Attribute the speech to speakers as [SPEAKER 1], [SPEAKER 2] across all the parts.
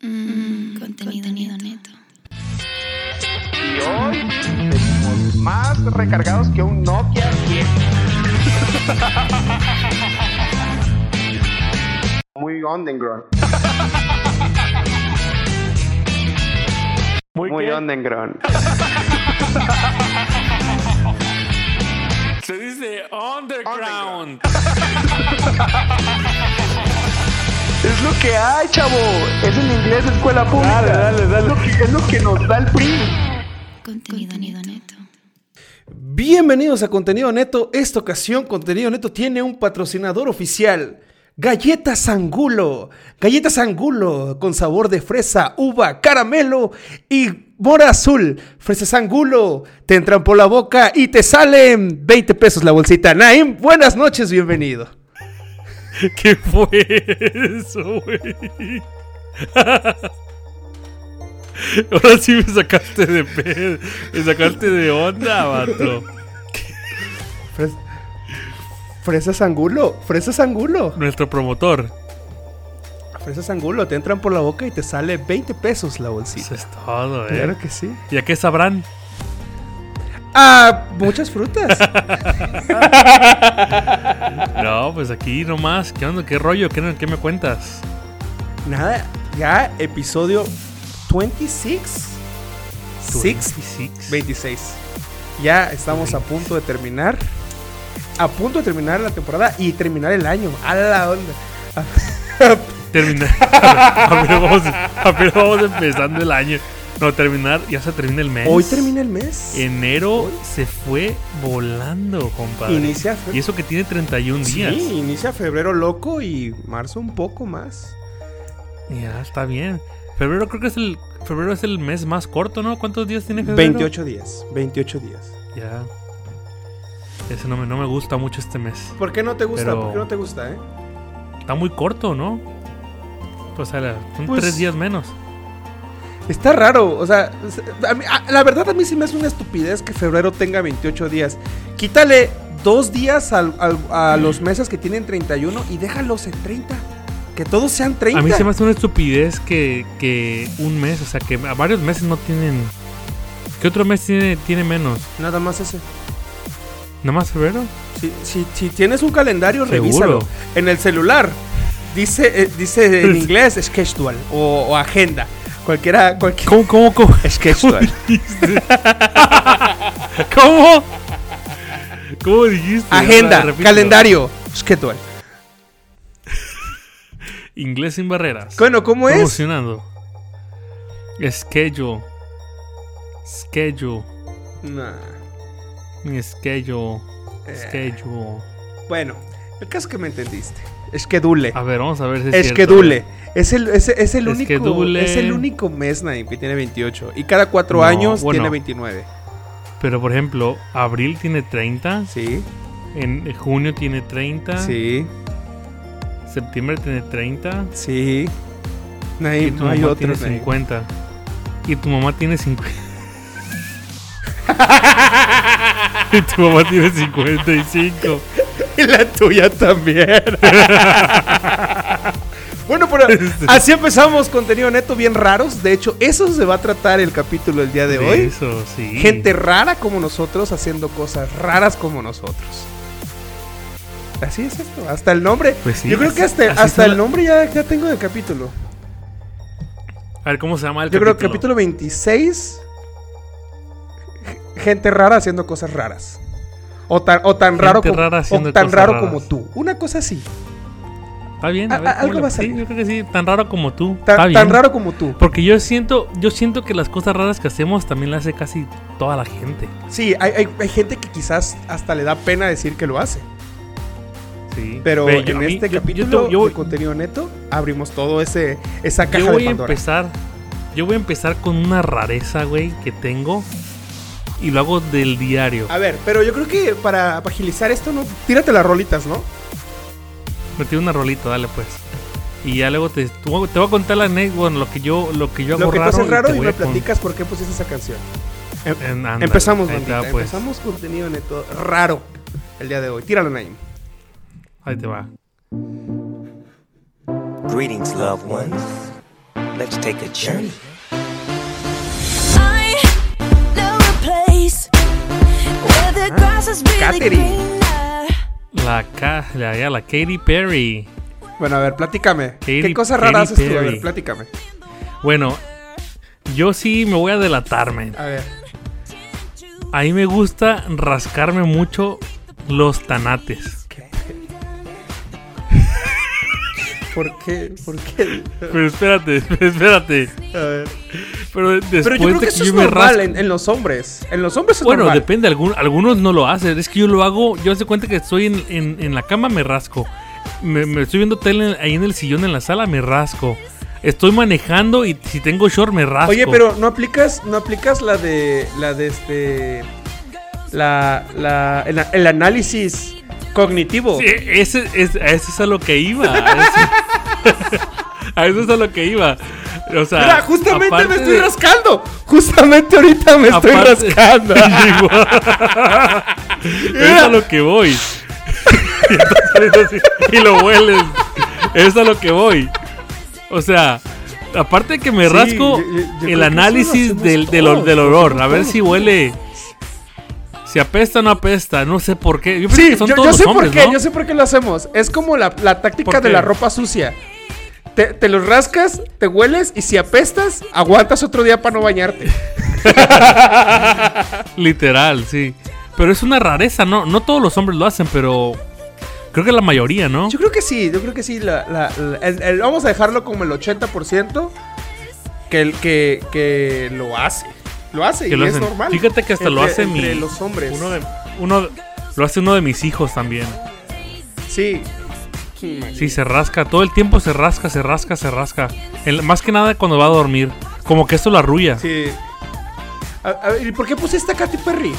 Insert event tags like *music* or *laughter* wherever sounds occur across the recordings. [SPEAKER 1] Contenido, Mm, Contenido neto.
[SPEAKER 2] Y hoy venimos más recargados que un Nokia
[SPEAKER 3] *laughs*
[SPEAKER 2] 10. Muy underground.
[SPEAKER 3] Muy,
[SPEAKER 2] Muy
[SPEAKER 3] qué?
[SPEAKER 2] underground.
[SPEAKER 3] Se dice underground.
[SPEAKER 2] Es lo que hay, chavo. Es en inglés escuela pública.
[SPEAKER 3] dale, dale.
[SPEAKER 2] Es lo que, es lo que nos da el PRI.
[SPEAKER 1] Contenido, neto.
[SPEAKER 4] Bienvenidos a Contenido Neto. Esta ocasión Contenido Neto tiene un patrocinador oficial. Galletas Angulo. Galletas Angulo con sabor de fresa, uva, caramelo y mora azul. Fresas Angulo te entran por la boca y te salen 20 pesos la bolsita. Naim, buenas noches, bienvenido.
[SPEAKER 3] *laughs* ¿Qué fue eso, güey? *laughs* Ahora sí me sacaste de pedo. Me sacaste de onda, vato.
[SPEAKER 4] Fres- Fresas Angulo, fresas Angulo.
[SPEAKER 3] Nuestro promotor.
[SPEAKER 4] Fresas Angulo te entran por la boca y te sale 20 pesos la
[SPEAKER 3] Eso
[SPEAKER 4] bolsita.
[SPEAKER 3] es todo, eh.
[SPEAKER 4] Claro que sí.
[SPEAKER 3] ¿Y a qué sabrán?
[SPEAKER 4] Ah, muchas frutas.
[SPEAKER 3] No, pues aquí nomás. ¿Qué onda? ¿Qué rollo? ¿Qué, qué me cuentas?
[SPEAKER 4] Nada, ya episodio 26. Six,
[SPEAKER 3] 26.
[SPEAKER 4] 26. Ya estamos a punto de terminar. A punto de terminar la temporada y terminar el año. A la onda. *laughs*
[SPEAKER 3] Terminar. *laughs* Apenas vamos, apenas vamos empezando el año. No, terminar. Ya se termina el mes.
[SPEAKER 4] Hoy termina el mes.
[SPEAKER 3] Enero
[SPEAKER 4] Hoy.
[SPEAKER 3] se fue volando, compadre.
[SPEAKER 4] Inicia fe-
[SPEAKER 3] Y eso que tiene 31 días.
[SPEAKER 4] Sí, inicia febrero loco y marzo un poco más.
[SPEAKER 3] Ya, está bien. Febrero creo que es el febrero es el mes más corto, ¿no? ¿Cuántos días tiene febrero?
[SPEAKER 4] 28 días. 28 días.
[SPEAKER 3] Ya. Ese no me, no me gusta mucho este mes.
[SPEAKER 4] ¿Por qué no te gusta?
[SPEAKER 3] Pero-
[SPEAKER 4] ¿Por qué no te gusta, eh?
[SPEAKER 3] Está muy corto, ¿no? Pues a la- son
[SPEAKER 4] Pues-
[SPEAKER 3] tres días menos.
[SPEAKER 4] Está raro, o sea, a mí- a- la verdad a mí sí me hace una estupidez que febrero tenga 28 días. Quítale dos días al- al- a los meses que tienen 31 y déjalos en 30. Que todos sean 30.
[SPEAKER 3] A mí se me hace una estupidez que, que un mes, o sea, que a varios meses no tienen. ¿Qué otro mes tiene, tiene menos?
[SPEAKER 4] Nada más ese.
[SPEAKER 3] ¿Nada más febrero?
[SPEAKER 4] Si, si- si tienes un calendario,
[SPEAKER 3] Seguro.
[SPEAKER 4] revísalo. En el celular. Dice, eh, dice
[SPEAKER 3] *laughs*
[SPEAKER 4] en
[SPEAKER 3] Es-
[SPEAKER 4] inglés schedule o, o agenda. Cualquiera, cualquier
[SPEAKER 3] ¿Cómo, cómo, cómo? *laughs*
[SPEAKER 4] schedule.
[SPEAKER 3] dijiste? ¿Cómo? ¿Cómo dijiste? Ahora,
[SPEAKER 4] agenda,
[SPEAKER 3] repítelo.
[SPEAKER 4] calendario, schedule.
[SPEAKER 3] Inglés sin barreras.
[SPEAKER 4] Bueno, ¿cómo es?
[SPEAKER 3] Promocionando. Schedule. Schedule.
[SPEAKER 4] Nah.
[SPEAKER 3] Mi schedule.
[SPEAKER 4] Eh.
[SPEAKER 3] Schedule.
[SPEAKER 4] Bueno, el caso que me entendiste. Schedule.
[SPEAKER 3] A ver, vamos a ver si Ah, es cierto.
[SPEAKER 4] Schedule. Es el, es, es el único.
[SPEAKER 3] Schedule.
[SPEAKER 4] Es el único mes, Naim, que tiene 28. Y cada cuatro
[SPEAKER 3] No,
[SPEAKER 4] años
[SPEAKER 3] bueno.
[SPEAKER 4] tiene 29.
[SPEAKER 3] Pero por ejemplo, abril tiene 30.
[SPEAKER 4] Sí,
[SPEAKER 3] En junio tiene 30.
[SPEAKER 4] sí,
[SPEAKER 3] Septiembre tiene 30.
[SPEAKER 4] sí.
[SPEAKER 3] Y
[SPEAKER 4] Naim,
[SPEAKER 3] tu
[SPEAKER 4] no hay
[SPEAKER 3] mamá
[SPEAKER 4] otro.
[SPEAKER 3] tiene
[SPEAKER 4] Naim.
[SPEAKER 3] 50. Y tu mamá tiene 50. y tu mamá tiene 55.
[SPEAKER 4] *laughs* Y la tuya también. *laughs* bueno,
[SPEAKER 3] *laughs*
[SPEAKER 4] pero así empezamos contenido neto bien raros. De hecho, eso se va a tratar el capítulo el día de hoy.
[SPEAKER 3] Eso, sí.
[SPEAKER 4] Gente rara como nosotros haciendo cosas raras como nosotros. Así es esto. Hasta el nombre.
[SPEAKER 3] Pues sí,
[SPEAKER 4] Yo creo
[SPEAKER 3] así-
[SPEAKER 4] que hasta,
[SPEAKER 3] así
[SPEAKER 4] hasta
[SPEAKER 3] son
[SPEAKER 4] el
[SPEAKER 3] la-
[SPEAKER 4] nombre ya, ya tengo de capítulo.
[SPEAKER 3] A ver, ¿cómo se llama el
[SPEAKER 4] Yo creo que
[SPEAKER 3] capítulo?
[SPEAKER 4] capítulo 26. g- Gente rara haciendo cosas raras. O tan, o tan raro,
[SPEAKER 3] Gente
[SPEAKER 4] como,
[SPEAKER 3] rara haciendo
[SPEAKER 4] o tan
[SPEAKER 3] cosas
[SPEAKER 4] raro
[SPEAKER 3] raras.
[SPEAKER 4] como tú. Una cosa así.
[SPEAKER 3] Está bien,
[SPEAKER 4] A-
[SPEAKER 3] a ver,
[SPEAKER 4] a-
[SPEAKER 3] ¿cómo
[SPEAKER 4] algo
[SPEAKER 3] le-
[SPEAKER 4] va a
[SPEAKER 3] sí,
[SPEAKER 4] salir.
[SPEAKER 3] yo creo que sí, tan raro como tú.
[SPEAKER 4] Tan,
[SPEAKER 3] Está
[SPEAKER 4] tan
[SPEAKER 3] bien.
[SPEAKER 4] raro como tú.
[SPEAKER 3] Porque yo siento, yo siento que las cosas raras que hacemos también las hace casi toda la gente.
[SPEAKER 4] Sí, hay, hay- hay gente que quizás hasta le da pena decir que lo hace.
[SPEAKER 3] Sí.
[SPEAKER 4] Pero
[SPEAKER 3] Ve, yo-
[SPEAKER 4] en
[SPEAKER 3] a mí-
[SPEAKER 4] este
[SPEAKER 3] yo- yo
[SPEAKER 4] capítulo
[SPEAKER 3] te- yo,
[SPEAKER 4] de contenido neto abrimos todo ese esa caja
[SPEAKER 3] yo voy
[SPEAKER 4] de
[SPEAKER 3] a
[SPEAKER 4] Pandora.
[SPEAKER 3] empezar. Yo voy a empezar con una rareza, güey, que tengo. Y lo hago del diario.
[SPEAKER 4] A ver, pero yo creo que para, para agilizar esto, no, tírate las rolitas, ¿no?
[SPEAKER 3] Metí una rolita, dale pues. Y ya luego te, tú- te voy a contar la anécdota, bueno, lo que yo, lo que yo hago
[SPEAKER 4] Lo que tú
[SPEAKER 3] raro.
[SPEAKER 4] haces raro
[SPEAKER 3] te
[SPEAKER 4] y
[SPEAKER 3] voy
[SPEAKER 4] me
[SPEAKER 3] a con-
[SPEAKER 4] platicas por qué pusiste esa canción.
[SPEAKER 3] en- ándale,
[SPEAKER 4] empezamos,
[SPEAKER 3] ahí te va,
[SPEAKER 4] bandita,
[SPEAKER 3] pues.
[SPEAKER 4] empezamos contenido neto raro el día de hoy. Tíralo, Naim.
[SPEAKER 3] Ahí te va.
[SPEAKER 5] Greetings, loved ones. Let's take a journey. place where the grass is really
[SPEAKER 4] Katherine.
[SPEAKER 5] greener.
[SPEAKER 3] La, ca- la, ya, la Katy Perry.
[SPEAKER 4] Bueno, a ver, platícame.
[SPEAKER 3] Katy-
[SPEAKER 4] ¿Qué cosas raras
[SPEAKER 3] Katy
[SPEAKER 4] haces tú? A ver,
[SPEAKER 3] Perry.
[SPEAKER 4] platícame.
[SPEAKER 3] Bueno, yo sí me voy a delatarme.
[SPEAKER 4] A ver.
[SPEAKER 3] A mí me gusta rascarme mucho los tanates.
[SPEAKER 4] ¿Por qué? ¿Por qué?
[SPEAKER 3] Pero espérate, *laughs* espérate.
[SPEAKER 4] A ver.
[SPEAKER 3] Pero después
[SPEAKER 4] Pero yo creo
[SPEAKER 3] de
[SPEAKER 4] que eso es
[SPEAKER 3] yo me
[SPEAKER 4] normal
[SPEAKER 3] rasco-
[SPEAKER 4] en, en los hombres. En los hombres es
[SPEAKER 3] Bueno,
[SPEAKER 4] normal.
[SPEAKER 3] depende, algún- algunos no lo hacen. Es que yo lo hago, yo se cuenta que estoy en, en- en la cama, me rasco. Me, me estoy viendo tele ahí en el sillón en la sala, me rasco. Estoy manejando y si tengo short, me rasco.
[SPEAKER 4] Oye, pero no aplicas, no aplicas la de, la de este, la, la, el, el análisis cognitivo.
[SPEAKER 3] Sí, ese, es, a eso es a lo que iba. A eso, *laughs* a eso es a lo que iba. O sea,
[SPEAKER 4] Mira, justamente
[SPEAKER 3] aparte
[SPEAKER 4] me estoy
[SPEAKER 3] de-
[SPEAKER 4] rascando. Justamente ahorita me estoy
[SPEAKER 3] Aparte- *laughs*
[SPEAKER 4] rascando. *laughs*
[SPEAKER 3] Igual. es a lo que voy. *laughs* Y entonces así, y lo hueles. Es a lo que voy. O sea, aparte de que me
[SPEAKER 4] Sí,
[SPEAKER 3] rasco
[SPEAKER 4] yo- yo- yo creo que eso
[SPEAKER 3] el
[SPEAKER 4] lo
[SPEAKER 3] análisis
[SPEAKER 4] hacemos
[SPEAKER 3] del, del,
[SPEAKER 4] todos,
[SPEAKER 3] del
[SPEAKER 4] lo
[SPEAKER 3] olor,
[SPEAKER 4] hacemos
[SPEAKER 3] a ver
[SPEAKER 4] todos.
[SPEAKER 3] si huele. Si apesta o no apesta, no sé por qué. Yo pienso
[SPEAKER 4] Sí,
[SPEAKER 3] que son
[SPEAKER 4] yo,
[SPEAKER 3] todos
[SPEAKER 4] yo sé
[SPEAKER 3] los hombres,
[SPEAKER 4] por qué,
[SPEAKER 3] ¿no?
[SPEAKER 4] yo sé por qué lo hacemos. Es como la, la táctica
[SPEAKER 3] ¿Por
[SPEAKER 4] de
[SPEAKER 3] qué?
[SPEAKER 4] la ropa sucia. Te, te los rascas, te hueles y si apestas, aguantas otro día para no bañarte.
[SPEAKER 3] Literal, sí. Pero es una rareza, ¿no? No todos los hombres lo hacen, pero creo que la mayoría, ¿no?
[SPEAKER 4] Yo creo que sí, yo creo que sí. la- la- la- el- el- vamos a dejarlo como el 80% que, el- que, que lo hace. Lo hace
[SPEAKER 3] que
[SPEAKER 4] y
[SPEAKER 3] lo
[SPEAKER 4] es
[SPEAKER 3] hacen.
[SPEAKER 4] normal.
[SPEAKER 3] Fíjate que hasta lo
[SPEAKER 4] Entre-
[SPEAKER 3] hace
[SPEAKER 4] entre
[SPEAKER 3] mi.
[SPEAKER 4] los hombres.
[SPEAKER 3] Uno de, uno de- lo hace uno de mis hijos también.
[SPEAKER 4] Sí.
[SPEAKER 3] Sí, se rasca. Todo el tiempo se rasca, se rasca, se rasca. El- más que nada cuando va a dormir. Como que esto lo arrulla.
[SPEAKER 4] Sí. A- a ver, ¿Y por qué pusiste a Katy Perry?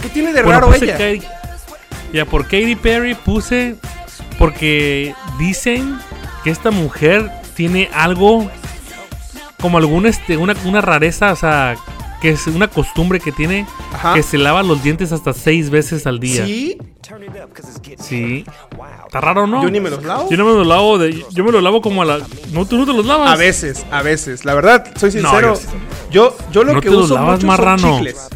[SPEAKER 4] ¿Qué tiene de
[SPEAKER 3] Bueno, pues,
[SPEAKER 4] raro
[SPEAKER 3] puse
[SPEAKER 4] ella?
[SPEAKER 3] Katy- ya, por Katy Perry puse. Porque dicen que esta mujer tiene algo. Como algún este, una, una rareza, o sea, que es una costumbre que tiene.
[SPEAKER 4] Ajá.
[SPEAKER 3] Que se lava los dientes hasta seis veces al día.
[SPEAKER 4] Sí,
[SPEAKER 3] Sí. Está raro, ¿no?
[SPEAKER 4] yo ni me los lavo.
[SPEAKER 3] Yo no me lo lavo de, yo me lo lavo como a la. No, tú no te los lavas.
[SPEAKER 4] A veces, a veces. La verdad, soy
[SPEAKER 3] No,
[SPEAKER 4] sincero.
[SPEAKER 3] yo sí.
[SPEAKER 4] yo, yo lo
[SPEAKER 3] No
[SPEAKER 4] que
[SPEAKER 3] te los
[SPEAKER 4] uso
[SPEAKER 3] lavas,
[SPEAKER 4] mucho son
[SPEAKER 3] marrano.
[SPEAKER 4] chicles.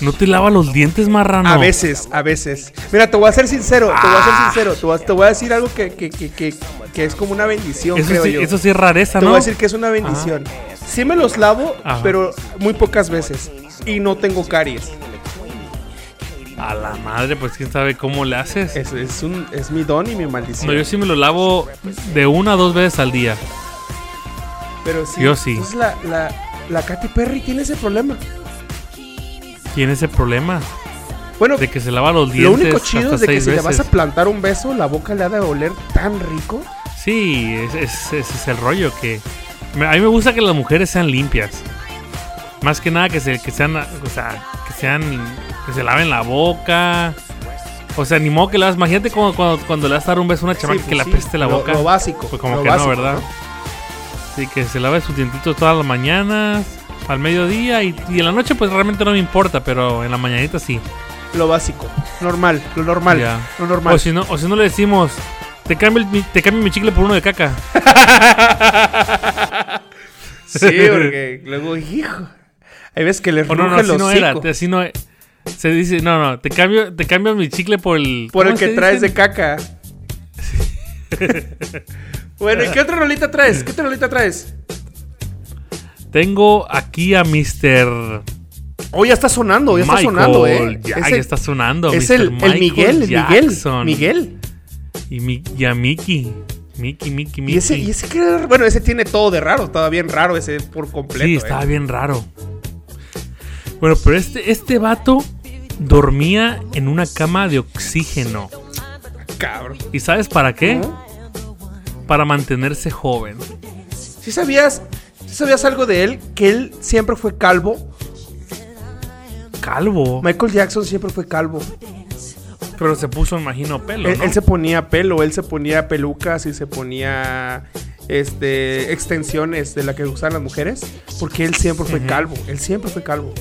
[SPEAKER 3] No te lavas los dientes marrano.
[SPEAKER 4] A veces, a veces. Mira, te voy a ser sincero, te voy a ser sincero. Te voy a, te voy a decir algo que, que- que- que- que es como una bendición,
[SPEAKER 3] Eso
[SPEAKER 4] creo
[SPEAKER 3] sí,
[SPEAKER 4] yo.
[SPEAKER 3] eso sí es rareza,
[SPEAKER 4] te
[SPEAKER 3] ¿no?
[SPEAKER 4] voy a decir que es una bendición. Sí me los lavo,
[SPEAKER 3] Ajá.
[SPEAKER 4] pero muy pocas veces. Y no tengo caries.
[SPEAKER 3] A la madre, pues quién sabe cómo le haces.
[SPEAKER 4] Es, es un, es mi don y mi
[SPEAKER 3] No,
[SPEAKER 4] maldición.
[SPEAKER 3] yo sí me lo lavo de una a dos veces al día.
[SPEAKER 4] pero sí.
[SPEAKER 3] yo sí.
[SPEAKER 4] Entonces la, la, la Katy Perry tiene ese problema.
[SPEAKER 3] Tiene ese problema
[SPEAKER 4] Bueno,
[SPEAKER 3] de que se lava los dientes.
[SPEAKER 4] lo único chido
[SPEAKER 3] hasta
[SPEAKER 4] es de que
[SPEAKER 3] seis
[SPEAKER 4] si le vas a
[SPEAKER 3] veces.
[SPEAKER 4] plantar un beso, la boca le ha de oler tan rico.
[SPEAKER 3] Sí, es- es- ese es el rollo que. me- a mí me gusta que las mujeres sean limpias. Más que nada que se, que sean, o sea, que sean, que se laven la boca. O sea, ni modo que le das, imagínate cuando, cuando, cuando le vas a dar un beso a una chamaca
[SPEAKER 4] Sí,
[SPEAKER 3] que
[SPEAKER 4] pues
[SPEAKER 3] le
[SPEAKER 4] sí,
[SPEAKER 3] apeste la
[SPEAKER 4] lo-
[SPEAKER 3] boca.
[SPEAKER 4] Lo, básico.
[SPEAKER 3] Pues como
[SPEAKER 4] lo
[SPEAKER 3] que
[SPEAKER 4] básico,
[SPEAKER 3] no, ¿verdad? Sí, que se lave sus dientitos todas las mañanas, al mediodía y, y en la noche pues realmente no me importa, pero en la mañanita sí.
[SPEAKER 4] Lo básico. Normal, lo normal.
[SPEAKER 3] Ya.
[SPEAKER 4] Lo normal.
[SPEAKER 3] O si no, o si no le decimos, te cambio, el- mi- te cambio mi chicle por uno de caca.
[SPEAKER 4] Sí, porque luego, hijo. Hay veces que le
[SPEAKER 3] O
[SPEAKER 4] ruge
[SPEAKER 3] no, no, así
[SPEAKER 4] el
[SPEAKER 3] no era,
[SPEAKER 4] hocico
[SPEAKER 3] así no e- Se dice, no, no, te cambio, te cambio mi chicle por el...
[SPEAKER 4] por el
[SPEAKER 3] ¿cómo
[SPEAKER 4] que
[SPEAKER 3] se
[SPEAKER 4] traes de
[SPEAKER 3] dicen?
[SPEAKER 4] caca. bueno, ¿y qué otra rolita traes? ¿Qué otra rolita traes?
[SPEAKER 3] Tengo aquí a Mr.
[SPEAKER 4] Oh, ya está sonando, ya
[SPEAKER 3] Michael.
[SPEAKER 4] está sonando, eh.
[SPEAKER 3] Ya,
[SPEAKER 4] Es
[SPEAKER 3] ya
[SPEAKER 4] el-
[SPEAKER 3] está sonando.
[SPEAKER 4] Es
[SPEAKER 3] Mr.
[SPEAKER 4] el, el
[SPEAKER 3] Michael
[SPEAKER 4] Miguel, el Miguel.
[SPEAKER 3] Jackson.
[SPEAKER 4] Miguel.
[SPEAKER 3] Y, mi- y a Mickey. Mickey, Mickey, Mickey.
[SPEAKER 4] Y ese, y ese que era- bueno, ese tiene todo de raro, estaba bien raro ese por completo.
[SPEAKER 3] Sí,
[SPEAKER 4] eh.
[SPEAKER 3] estaba bien raro. Bueno, pero este, este vato dormía en una cama de oxígeno.
[SPEAKER 4] Cabrón.
[SPEAKER 3] ¿Y sabes para qué?
[SPEAKER 4] Ujú.
[SPEAKER 3] Para mantenerse joven.
[SPEAKER 4] ¿Sí sabías, sí sabías algo de él? Que él siempre fue calvo.
[SPEAKER 3] Calvo.
[SPEAKER 4] Michael Jackson siempre fue calvo.
[SPEAKER 3] Pero se puso, me imagino, pelo.
[SPEAKER 4] Él,
[SPEAKER 3] ¿no?
[SPEAKER 4] él se ponía pelo, él se ponía pelucas y se ponía este extensiones de la que usan las mujeres, porque él siempre fue calvo, él siempre fue calvo.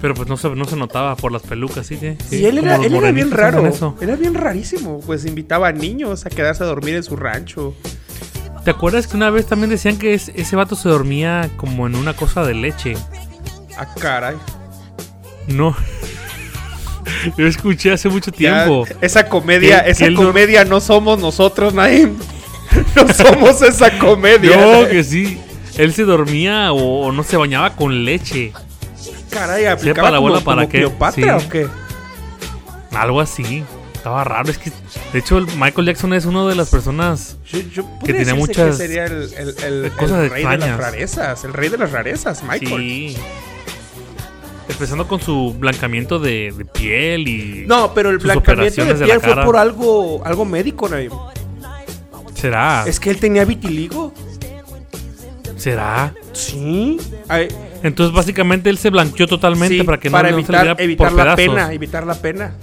[SPEAKER 3] Pero pues no se, no se notaba por las pelucas, ¿sí? sí, sí,
[SPEAKER 4] y él
[SPEAKER 3] como
[SPEAKER 4] era,
[SPEAKER 3] los
[SPEAKER 4] él era bien
[SPEAKER 3] morenitos hacen
[SPEAKER 4] raro,
[SPEAKER 3] eso.
[SPEAKER 4] era bien rarísimo, pues invitaba a niños a quedarse a dormir en su rancho.
[SPEAKER 3] ¿Te acuerdas que una vez también decían que es- ese vato se dormía como en una cosa de leche?
[SPEAKER 4] Ah, caray.
[SPEAKER 3] No. *laughs* Yo escuché hace mucho
[SPEAKER 4] Ya, *laughs*
[SPEAKER 3] tiempo.
[SPEAKER 4] esa comedia,
[SPEAKER 3] Que-
[SPEAKER 4] esa
[SPEAKER 3] que él no-
[SPEAKER 4] comedia no... somos nosotros, Naim. *laughs* No somos esa comedia.
[SPEAKER 3] No, que sí. Él se dormía o, o no se bañaba con leche.
[SPEAKER 4] Caray, aplicaba
[SPEAKER 3] la
[SPEAKER 4] como,
[SPEAKER 3] abuela para
[SPEAKER 4] como
[SPEAKER 3] qué,
[SPEAKER 4] Cleopatra
[SPEAKER 3] sí.
[SPEAKER 4] o qué?
[SPEAKER 3] Algo así. Estaba raro. Es que, de hecho, el Michael Jackson es una de las personas.
[SPEAKER 4] Yo, yo podría
[SPEAKER 3] tiene
[SPEAKER 4] decirse
[SPEAKER 3] muchas
[SPEAKER 4] que sería el, el- el- el
[SPEAKER 3] cosas
[SPEAKER 4] rey de las
[SPEAKER 3] extrañas.
[SPEAKER 4] rarezas, el rey de las rarezas, Michael.
[SPEAKER 3] Sí. Empezando con su blancamiento de, de piel y.
[SPEAKER 4] No, pero el
[SPEAKER 3] sus
[SPEAKER 4] blancamiento de
[SPEAKER 3] operaciones la
[SPEAKER 4] piel fue
[SPEAKER 3] cara.
[SPEAKER 4] por algo, algo médico, Naim.
[SPEAKER 3] ¿Será?
[SPEAKER 4] Es que él tenía vitiligo.
[SPEAKER 3] ¿Será?
[SPEAKER 4] Sí. Ay,
[SPEAKER 3] Entonces, básicamente, él se blanqueó totalmente
[SPEAKER 4] sí,
[SPEAKER 3] para que no
[SPEAKER 4] para
[SPEAKER 3] le
[SPEAKER 4] evitar,
[SPEAKER 3] saliera
[SPEAKER 4] evitar
[SPEAKER 3] por
[SPEAKER 4] la
[SPEAKER 3] pedazos.
[SPEAKER 4] pena, evitar la pena.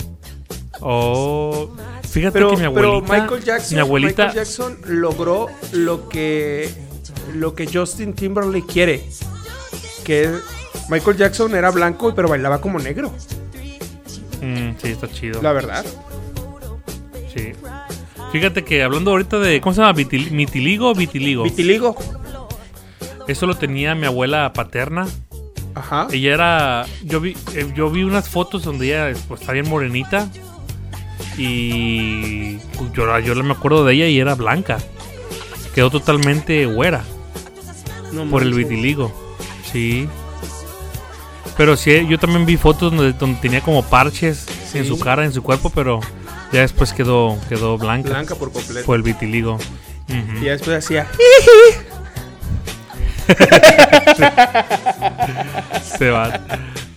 [SPEAKER 3] Oh. Fíjate
[SPEAKER 4] Pero,
[SPEAKER 3] que mi
[SPEAKER 4] pero
[SPEAKER 3] abuelita.
[SPEAKER 4] Michael Jackson,
[SPEAKER 3] mi abuelita.
[SPEAKER 4] Michael Jackson logró lo que lo que Justin Timberlake quiere, que Michael Jackson era blanco pero bailaba como negro,
[SPEAKER 3] Mm, sí, está chido.
[SPEAKER 4] la verdad.
[SPEAKER 3] Sí. Fíjate que hablando ahorita de. ¿Cómo se llama? Vitil- mitiligo o vitiligo.
[SPEAKER 4] Vitiligo.
[SPEAKER 3] Eso lo tenía mi abuela paterna.
[SPEAKER 4] Ajá.
[SPEAKER 3] Ella era. Yo vi, eh, yo vi unas fotos donde ella pues, está bien morenita. Y. pues, Yo, la- yo la- me acuerdo de ella y era blanca. Quedó totalmente güera
[SPEAKER 4] No
[SPEAKER 3] por el
[SPEAKER 4] manches.
[SPEAKER 3] vitiligo. Sí. Pero sí, yo también vi fotos donde, donde tenía como parches en
[SPEAKER 4] Sí.
[SPEAKER 3] su cara, en su cuerpo, pero ya después quedó, quedó blanca.
[SPEAKER 4] Blanca por completo.
[SPEAKER 3] Por el vitiligo.
[SPEAKER 4] Y
[SPEAKER 3] Ujú.
[SPEAKER 4] ya después hacía.
[SPEAKER 3] Se va.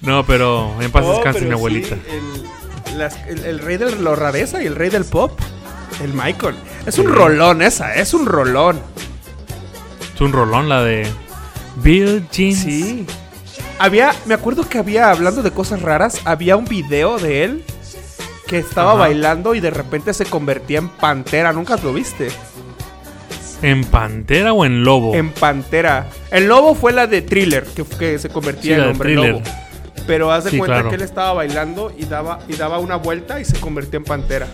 [SPEAKER 3] No, pero en paz
[SPEAKER 4] Oh,
[SPEAKER 3] descanse
[SPEAKER 4] pero
[SPEAKER 3] mi abuelita.
[SPEAKER 4] sí, el, las- el- el rey de la rareza y el rey del pop, el Michael. Es un rolón esa, es un rolón.
[SPEAKER 3] Es un rolón la de Bill Jeans.
[SPEAKER 4] Sí. Había, me acuerdo que había, hablando de cosas raras, había un video de él que estaba
[SPEAKER 3] Ajá.
[SPEAKER 4] bailando y de repente se convertía en pantera. ¿Nunca lo viste?
[SPEAKER 3] ¿En pantera o en lobo?
[SPEAKER 4] En pantera. El lobo fue la de thriller, que, que se
[SPEAKER 3] Sí, la
[SPEAKER 4] convertía en
[SPEAKER 3] de
[SPEAKER 4] hombre
[SPEAKER 3] Thriller.
[SPEAKER 4] lobo. Pero haz de
[SPEAKER 3] Sí,
[SPEAKER 4] cuenta
[SPEAKER 3] claro.
[SPEAKER 4] que él estaba bailando y daba, y daba una vuelta y se convirtió en pantera.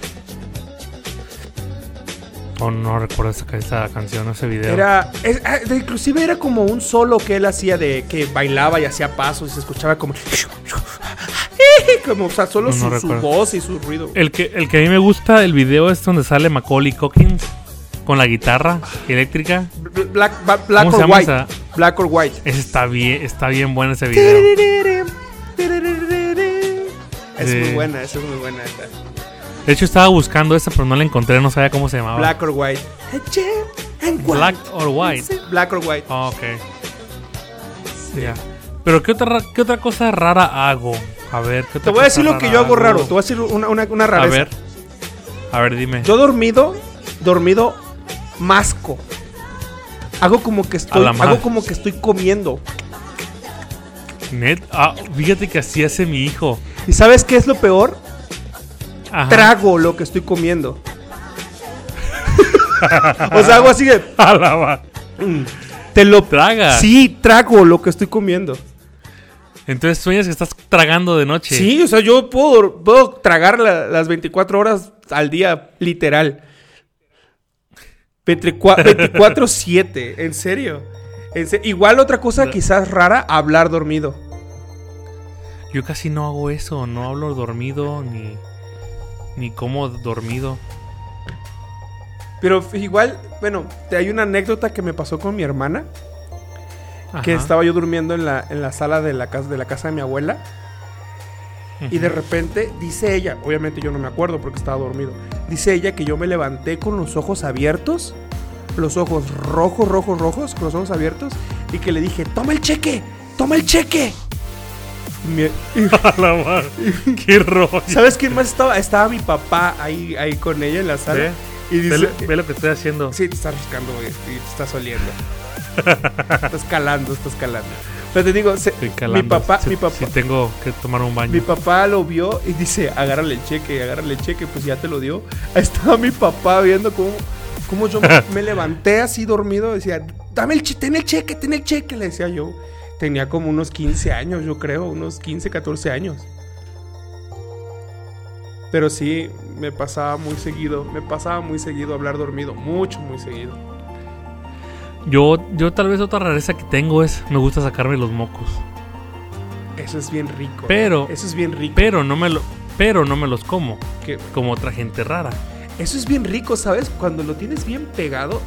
[SPEAKER 3] Oh, no recuerdo esa, ca- esa canción, ese video.
[SPEAKER 4] Era, es- ah, de- inclusive era como un solo que él hacía de que bailaba y hacía pasos y se escuchaba como... *laughs* Como, o sea, solo
[SPEAKER 3] No, no
[SPEAKER 4] su- su
[SPEAKER 3] recuerdo.
[SPEAKER 4] voz y su ruido. Eh,
[SPEAKER 3] El que, el que a mí me gusta, el video es donde sale Macaulay Calkins con la guitarra eléctrica.
[SPEAKER 4] Bl- Black, ba- black
[SPEAKER 3] ¿Cómo se
[SPEAKER 4] or
[SPEAKER 3] llama
[SPEAKER 4] white.
[SPEAKER 3] esa?
[SPEAKER 4] Black or white.
[SPEAKER 3] Ese está bien, está bien bueno ese video.
[SPEAKER 4] Es
[SPEAKER 3] Sí.
[SPEAKER 4] muy buena, esa es muy buena. esa.
[SPEAKER 3] De hecho, estaba buscando esa, pero no la encontré, no sabía cómo se llamaba.
[SPEAKER 4] Black or white. Black.
[SPEAKER 3] Ah. Black or White.
[SPEAKER 4] Black or white.
[SPEAKER 3] Ah, ok. Ya. Pero, ¿qué otra, ra- ¿qué otra cosa rara hago? A ver, ¿qué otra
[SPEAKER 4] Te voy a decir
[SPEAKER 3] cosa
[SPEAKER 4] lo que yo hago
[SPEAKER 3] hago?
[SPEAKER 4] raro. Te voy a decir una, una, una
[SPEAKER 3] Ah, A
[SPEAKER 4] rareza.
[SPEAKER 3] ver. A ver, dime.
[SPEAKER 4] Yo dormido, dormido, masco. Hago como que estoy,
[SPEAKER 3] la madre.
[SPEAKER 4] hago como que estoy comiendo.
[SPEAKER 3] Net, ah, fíjate que así hace mi hijo.
[SPEAKER 4] ¿Y sabes qué es lo peor?
[SPEAKER 3] Ajá.
[SPEAKER 4] Trago lo que estoy comiendo. o sea, hago así de.
[SPEAKER 3] *laughs* A la va-
[SPEAKER 4] Te lo
[SPEAKER 3] Traga.
[SPEAKER 4] Sí, trago lo que estoy comiendo.
[SPEAKER 3] Entonces sueñas que estás tragando de noche.
[SPEAKER 4] Sí, o sea, yo puedo, puedo tragar la- las 24 horas al día, literal.
[SPEAKER 3] *laughs*
[SPEAKER 4] 24 24-7, en serio. En se- Igual otra cosa quizás rara, hablar dormido.
[SPEAKER 3] Yo casi no hago eso. No hablo dormido ni. Ni como dormido.
[SPEAKER 4] Pero f- igual, bueno, te- hay una anécdota que me pasó con mi hermana, que
[SPEAKER 3] Ajá.
[SPEAKER 4] estaba yo durmiendo en la, en la sala de la, casa, de la casa de mi abuela. Y de repente dice ella, obviamente yo no me acuerdo porque estaba dormido, dice ella que yo me levanté con los ojos abiertos, los ojos rojos, rojos, rojos, con los ojos abiertos, y que le dije, toma el cheque, toma el cheque. Mi- y-
[SPEAKER 3] A la va- *laughs* Qué rollo.
[SPEAKER 4] ¿Sabes quién más estaba? Estaba mi papá ahí, ahí con ella en la sala.
[SPEAKER 3] Ve,
[SPEAKER 4] Y
[SPEAKER 3] ve,
[SPEAKER 4] dice,
[SPEAKER 3] lo- ve lo que estoy haciendo.
[SPEAKER 4] sí, te estás rascando güey, y te
[SPEAKER 3] *laughs*
[SPEAKER 4] estás oliendo. estás calando, estás calando. Pero te digo, se-
[SPEAKER 3] Estoy
[SPEAKER 4] mi
[SPEAKER 3] calando.
[SPEAKER 4] papá,
[SPEAKER 3] Si-
[SPEAKER 4] mi papá,
[SPEAKER 3] si tengo que tomar un baño.
[SPEAKER 4] mi papá lo vio y dice, agárrale el cheque, agárrale el cheque, pues ya te lo dio. Ahí estaba mi papá viendo cómo, cómo yo me levanté así dormido, decía, dame el cheque, ten el cheque, ten el cheque, le decía yo. Tenía como unos 15 años, yo creo, unos 15, 14 años. Pero sí, me pasaba muy seguido, me pasaba muy seguido hablar dormido, mucho, muy seguido.
[SPEAKER 3] Yo, yo tal vez otra rareza que tengo es, me gusta sacarme los mocos.
[SPEAKER 4] Eso es bien rico.
[SPEAKER 3] Pero-
[SPEAKER 4] Eso es bien rico.
[SPEAKER 3] Pero no me, lo, pero no me los como,
[SPEAKER 4] Que-
[SPEAKER 3] como otra gente rara.
[SPEAKER 4] eso es bien rico, ¿sabes? Cuando lo tienes bien pegado.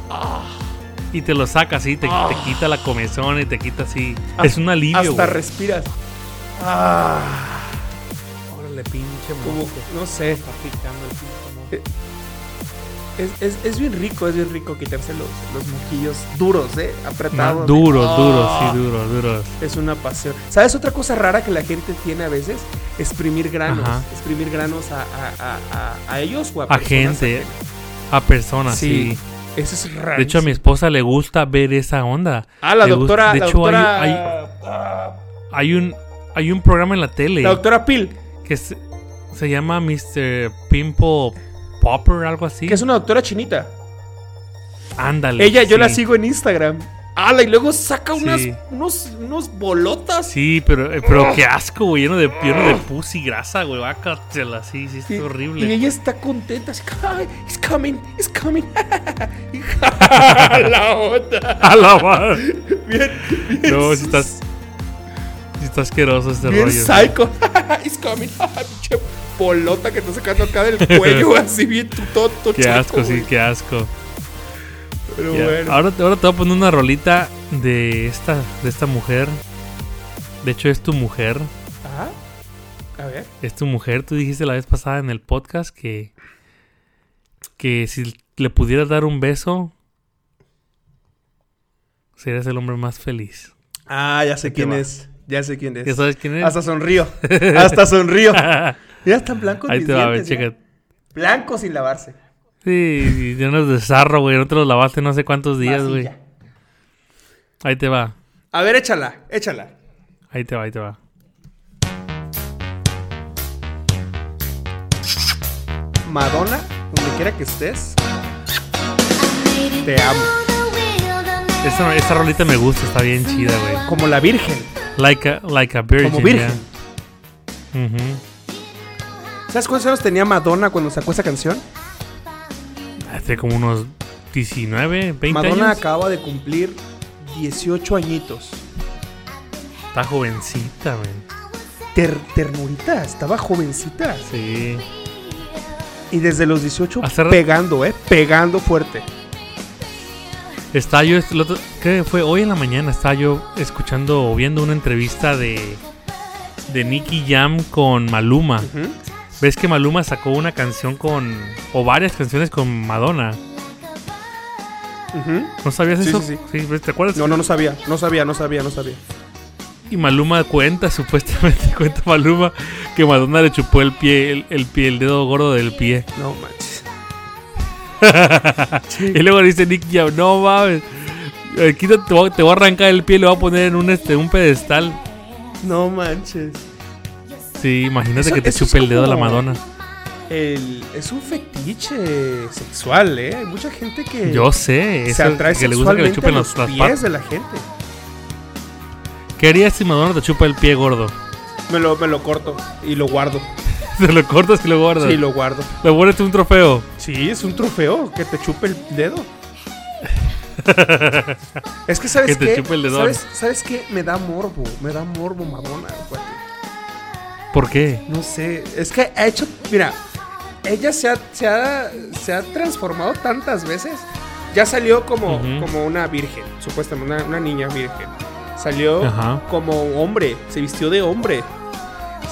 [SPEAKER 3] Y te lo saca así, te, te quita la comezón y te quita así. es un alivio,
[SPEAKER 4] Ah. Hasta
[SPEAKER 3] güey.
[SPEAKER 4] respiras. Ah,
[SPEAKER 3] Órale, pinche
[SPEAKER 4] como,
[SPEAKER 3] moco.
[SPEAKER 4] no sé. Eh, Es, es- es bien rico, es bien rico quitarse los, los moquillos duros, ¿eh?
[SPEAKER 3] Ma-
[SPEAKER 4] Apretados.
[SPEAKER 3] Duros,
[SPEAKER 4] Ah.
[SPEAKER 3] duros, sí, duros, duros.
[SPEAKER 4] Es una pasión. ¿Sabes otra cosa rara que la gente tiene a veces? Exprimir granos.
[SPEAKER 3] Ajá.
[SPEAKER 4] Exprimir granos a, a- a- a- a ellos o a,
[SPEAKER 3] A
[SPEAKER 4] personas
[SPEAKER 3] gente,
[SPEAKER 4] ajenas.
[SPEAKER 3] a personas,
[SPEAKER 4] Sí.
[SPEAKER 3] sí.
[SPEAKER 4] Eso es raro.
[SPEAKER 3] De hecho, a mi esposa le gusta ver esa onda.
[SPEAKER 4] Ah, la
[SPEAKER 3] Le gusta-
[SPEAKER 4] doctora.
[SPEAKER 3] De
[SPEAKER 4] la
[SPEAKER 3] hecho, hay-
[SPEAKER 4] doctora-
[SPEAKER 3] hay, hay un, hay un programa en la tele
[SPEAKER 4] La doctora Pil,
[SPEAKER 3] que se, se llama Mr. Pimple Popper, algo así.
[SPEAKER 4] que es una doctora chinita.
[SPEAKER 3] Ándale.
[SPEAKER 4] Ella, yo la
[SPEAKER 3] sí.
[SPEAKER 4] sigo en Instagram. Ala, y luego saca unas,
[SPEAKER 3] Sí.
[SPEAKER 4] unos, unos bolotas.
[SPEAKER 3] Sí, pero, eh, pero qué asco, güey. Lleno de, lleno de pus y grasa, güey. Bácatela, sí, sí,
[SPEAKER 4] Y-
[SPEAKER 3] es
[SPEAKER 4] Y
[SPEAKER 3] horrible.
[SPEAKER 4] ella está contenta. Así, "Ay, it's coming, it's coming. *laughs* Y la onda.
[SPEAKER 3] *laughs* A la madre.
[SPEAKER 4] Bien, bien
[SPEAKER 3] No, si estás. Si está asqueroso este
[SPEAKER 4] Bien
[SPEAKER 3] rollo.
[SPEAKER 4] psycho. *laughs* It's coming. Pinche bolota que está sacando
[SPEAKER 3] *laughs*
[SPEAKER 4] acá del cuello. así bien tu toto.
[SPEAKER 3] Qué asco, sí, qué asco.
[SPEAKER 4] Pero
[SPEAKER 3] Ya.
[SPEAKER 4] bueno.
[SPEAKER 3] Ahora, ahora te voy a poner una rolita de esta, de esta mujer. De hecho, es tu mujer.
[SPEAKER 4] Ajá. A ver.
[SPEAKER 3] Es tu mujer. Tú dijiste la vez pasada en el podcast que. Que si le pudieras dar un beso. Serías el hombre más feliz. *laughs*
[SPEAKER 4] Ah, ya sé quién
[SPEAKER 3] va.
[SPEAKER 4] es. Ya sé quién es.
[SPEAKER 3] ¿Ya sabes quién es?
[SPEAKER 4] Hasta sonrío.
[SPEAKER 3] *laughs*
[SPEAKER 4] Hasta sonrío. Ya están blancos
[SPEAKER 3] Ahí
[SPEAKER 4] mis
[SPEAKER 3] te va a ver,
[SPEAKER 4] dientes, ya.
[SPEAKER 3] checa.
[SPEAKER 4] Blanco sin lavarse.
[SPEAKER 3] Sí, llenos de sarro, güey. No te los lavaste no sé cuántos días,
[SPEAKER 4] Así
[SPEAKER 3] güey.
[SPEAKER 4] ya.
[SPEAKER 3] Ahí te va.
[SPEAKER 4] A ver, échala, échala.
[SPEAKER 3] Ahí te va, ahí te va.
[SPEAKER 4] Madonna, donde quiera que estés, te amo.
[SPEAKER 3] Esta, esta rolita me gusta, está bien chida, güey.
[SPEAKER 4] Como la Virgen.
[SPEAKER 3] Like a, like a virgin.
[SPEAKER 4] Como virgen.
[SPEAKER 3] ya. Ujú.
[SPEAKER 4] ¿Sabes cuántos años tenía Madonna cuando sacó esa canción?
[SPEAKER 3] Hace como unos 19, 20
[SPEAKER 4] Madonna
[SPEAKER 3] años.
[SPEAKER 4] acaba de cumplir 18 añitos.
[SPEAKER 3] Está jovencita, men.
[SPEAKER 4] Ter- ternurita, estaba jovencita.
[SPEAKER 3] Sí.
[SPEAKER 4] Y desde los 18
[SPEAKER 3] Hace rato-
[SPEAKER 4] pegando, ¿eh? Pegando fuerte.
[SPEAKER 3] Estaba yo, el otro- ¿qué fue? Hoy en la mañana estaba yo escuchando o viendo una entrevista de, de Nicky Jam con Maluma.
[SPEAKER 4] Ujú.
[SPEAKER 3] ¿Ves que Maluma sacó una canción con, o varias canciones con Madonna?
[SPEAKER 4] Ujú.
[SPEAKER 3] ¿No sabías
[SPEAKER 4] Sí,
[SPEAKER 3] eso?
[SPEAKER 4] sí,
[SPEAKER 3] ¿ves? ¿te acuerdas?
[SPEAKER 4] No, no, no sabía, no sabía, no sabía, no sabía.
[SPEAKER 3] Y Maluma cuenta, *laughs* supuestamente cuenta Maluma, que Madonna le chupó el pie, el, el pie, el dedo gordo del
[SPEAKER 4] *laughs*
[SPEAKER 3] pie.
[SPEAKER 4] No manches.
[SPEAKER 3] *laughs* Y luego dice Nick Jam, no mames. eh, quítate, te voy, a- te voy a arrancar el pie y lo voy a poner en un, este, un pedestal.
[SPEAKER 4] No manches.
[SPEAKER 3] Sí, imagínate
[SPEAKER 4] Eso-
[SPEAKER 3] que te
[SPEAKER 4] eso es
[SPEAKER 3] chupe el dedo a la
[SPEAKER 4] como-
[SPEAKER 3] Madonna.
[SPEAKER 4] El- es un fetiche sexual, ¿eh? Hay mucha gente que
[SPEAKER 3] Yo sé,
[SPEAKER 4] se
[SPEAKER 3] eso,
[SPEAKER 4] atrae
[SPEAKER 3] que le gusta que
[SPEAKER 4] sexualmente
[SPEAKER 3] le chupen
[SPEAKER 4] a
[SPEAKER 3] los,
[SPEAKER 4] los,
[SPEAKER 3] las
[SPEAKER 4] pies eh.
[SPEAKER 3] patas.
[SPEAKER 4] de la gente.
[SPEAKER 3] ¿Qué harías si Madonna te chupa el pie gordo? *laughs*
[SPEAKER 4] Me lo, me lo corto y lo guardo.
[SPEAKER 3] Te lo cortas y lo guardas.
[SPEAKER 4] Sí,
[SPEAKER 3] lo...
[SPEAKER 4] lo guardo.
[SPEAKER 3] vuelves un trofeo.
[SPEAKER 4] Sí, es un trofeo que te chupe el dedo.
[SPEAKER 3] *laughs*
[SPEAKER 4] es que
[SPEAKER 3] Que
[SPEAKER 4] sabes
[SPEAKER 3] te
[SPEAKER 4] qué?
[SPEAKER 3] chupe el dedo.
[SPEAKER 4] ¿Sabes, sabes qué? me da morbo, me da morbo Madonna, cuate.
[SPEAKER 3] ¿Por qué?
[SPEAKER 4] No sé, es que ha hecho, mira, ella se ha, se ha, se ha transformado tantas veces. Ya salió como,
[SPEAKER 3] Ujú.
[SPEAKER 4] como una virgen, supuestamente, una, una niña virgen. Salió
[SPEAKER 3] Ajá.
[SPEAKER 4] como hombre, se vistió de hombre.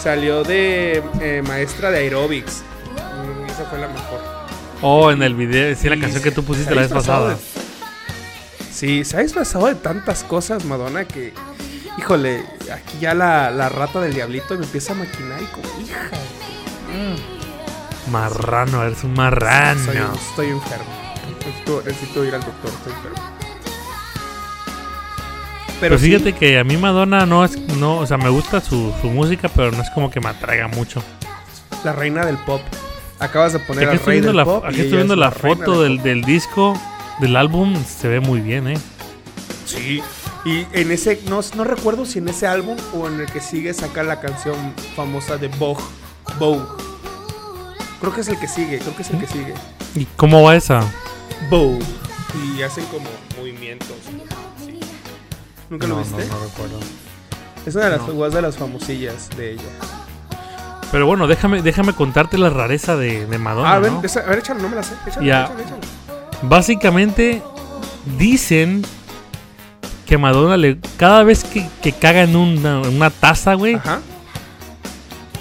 [SPEAKER 4] Salió de eh, maestra de aerobics. Mm, Esa fue la mejor.
[SPEAKER 3] Oh, en el video, sí, la
[SPEAKER 4] Y
[SPEAKER 3] canción que tú
[SPEAKER 4] se-
[SPEAKER 3] pusiste
[SPEAKER 4] se
[SPEAKER 3] la
[SPEAKER 4] ha
[SPEAKER 3] vez
[SPEAKER 4] disfrazado
[SPEAKER 3] pasada.
[SPEAKER 4] de- sí, se ha disfrazado de tantas cosas, Madonna, que. Híjole, aquí ya la, la rata del diablito me empieza a maquinar y como, hija.
[SPEAKER 3] Marrano, eres un marrano.
[SPEAKER 4] soy- estoy enfermo. Necesito, necesito ir al doctor, estoy enfermo.
[SPEAKER 3] Pero,
[SPEAKER 4] sí,
[SPEAKER 3] Pues fíjate que a mí Madonna no es, no, o sea, me gusta su, su música, pero no es como que me atraiga mucho.
[SPEAKER 4] la reina del pop. Acabas de poner
[SPEAKER 3] Aquí
[SPEAKER 4] al
[SPEAKER 3] estoy
[SPEAKER 4] rey
[SPEAKER 3] viendo
[SPEAKER 4] del
[SPEAKER 3] la,
[SPEAKER 4] pop.
[SPEAKER 3] aquí
[SPEAKER 4] y
[SPEAKER 3] estoy
[SPEAKER 4] ella
[SPEAKER 3] viendo
[SPEAKER 4] es
[SPEAKER 3] la
[SPEAKER 4] reina
[SPEAKER 3] foto
[SPEAKER 4] del
[SPEAKER 3] del, del disco, del álbum, se ve muy bien, ¿eh?
[SPEAKER 4] pop. Sí. Y en ese, no, no recuerdo si en ese álbum o en el que sigue saca la canción famosa de Vogue. Vogue. Creo que es el que sigue, creo que es el que sigue.
[SPEAKER 3] ¿Y cómo va esa?
[SPEAKER 4] Vogue. y hacen como movimientos. Sí. ¿Nunca
[SPEAKER 6] no,
[SPEAKER 4] lo viste?
[SPEAKER 6] No, no recuerdo.
[SPEAKER 4] Es una de las jugadas de las famosillas de ella.
[SPEAKER 3] Pero bueno, déjame, déjame contarte la rareza de, de Madonna.
[SPEAKER 4] Ah, a ver,
[SPEAKER 3] ¿no?
[SPEAKER 4] esa- a ver, échalo, no me la sé. Échalo,
[SPEAKER 3] Ya.
[SPEAKER 4] échalo, échalo.
[SPEAKER 3] Básicamente dicen que Madonna le, cada vez que, que caga en una, en una taza, güey,
[SPEAKER 4] Ajá.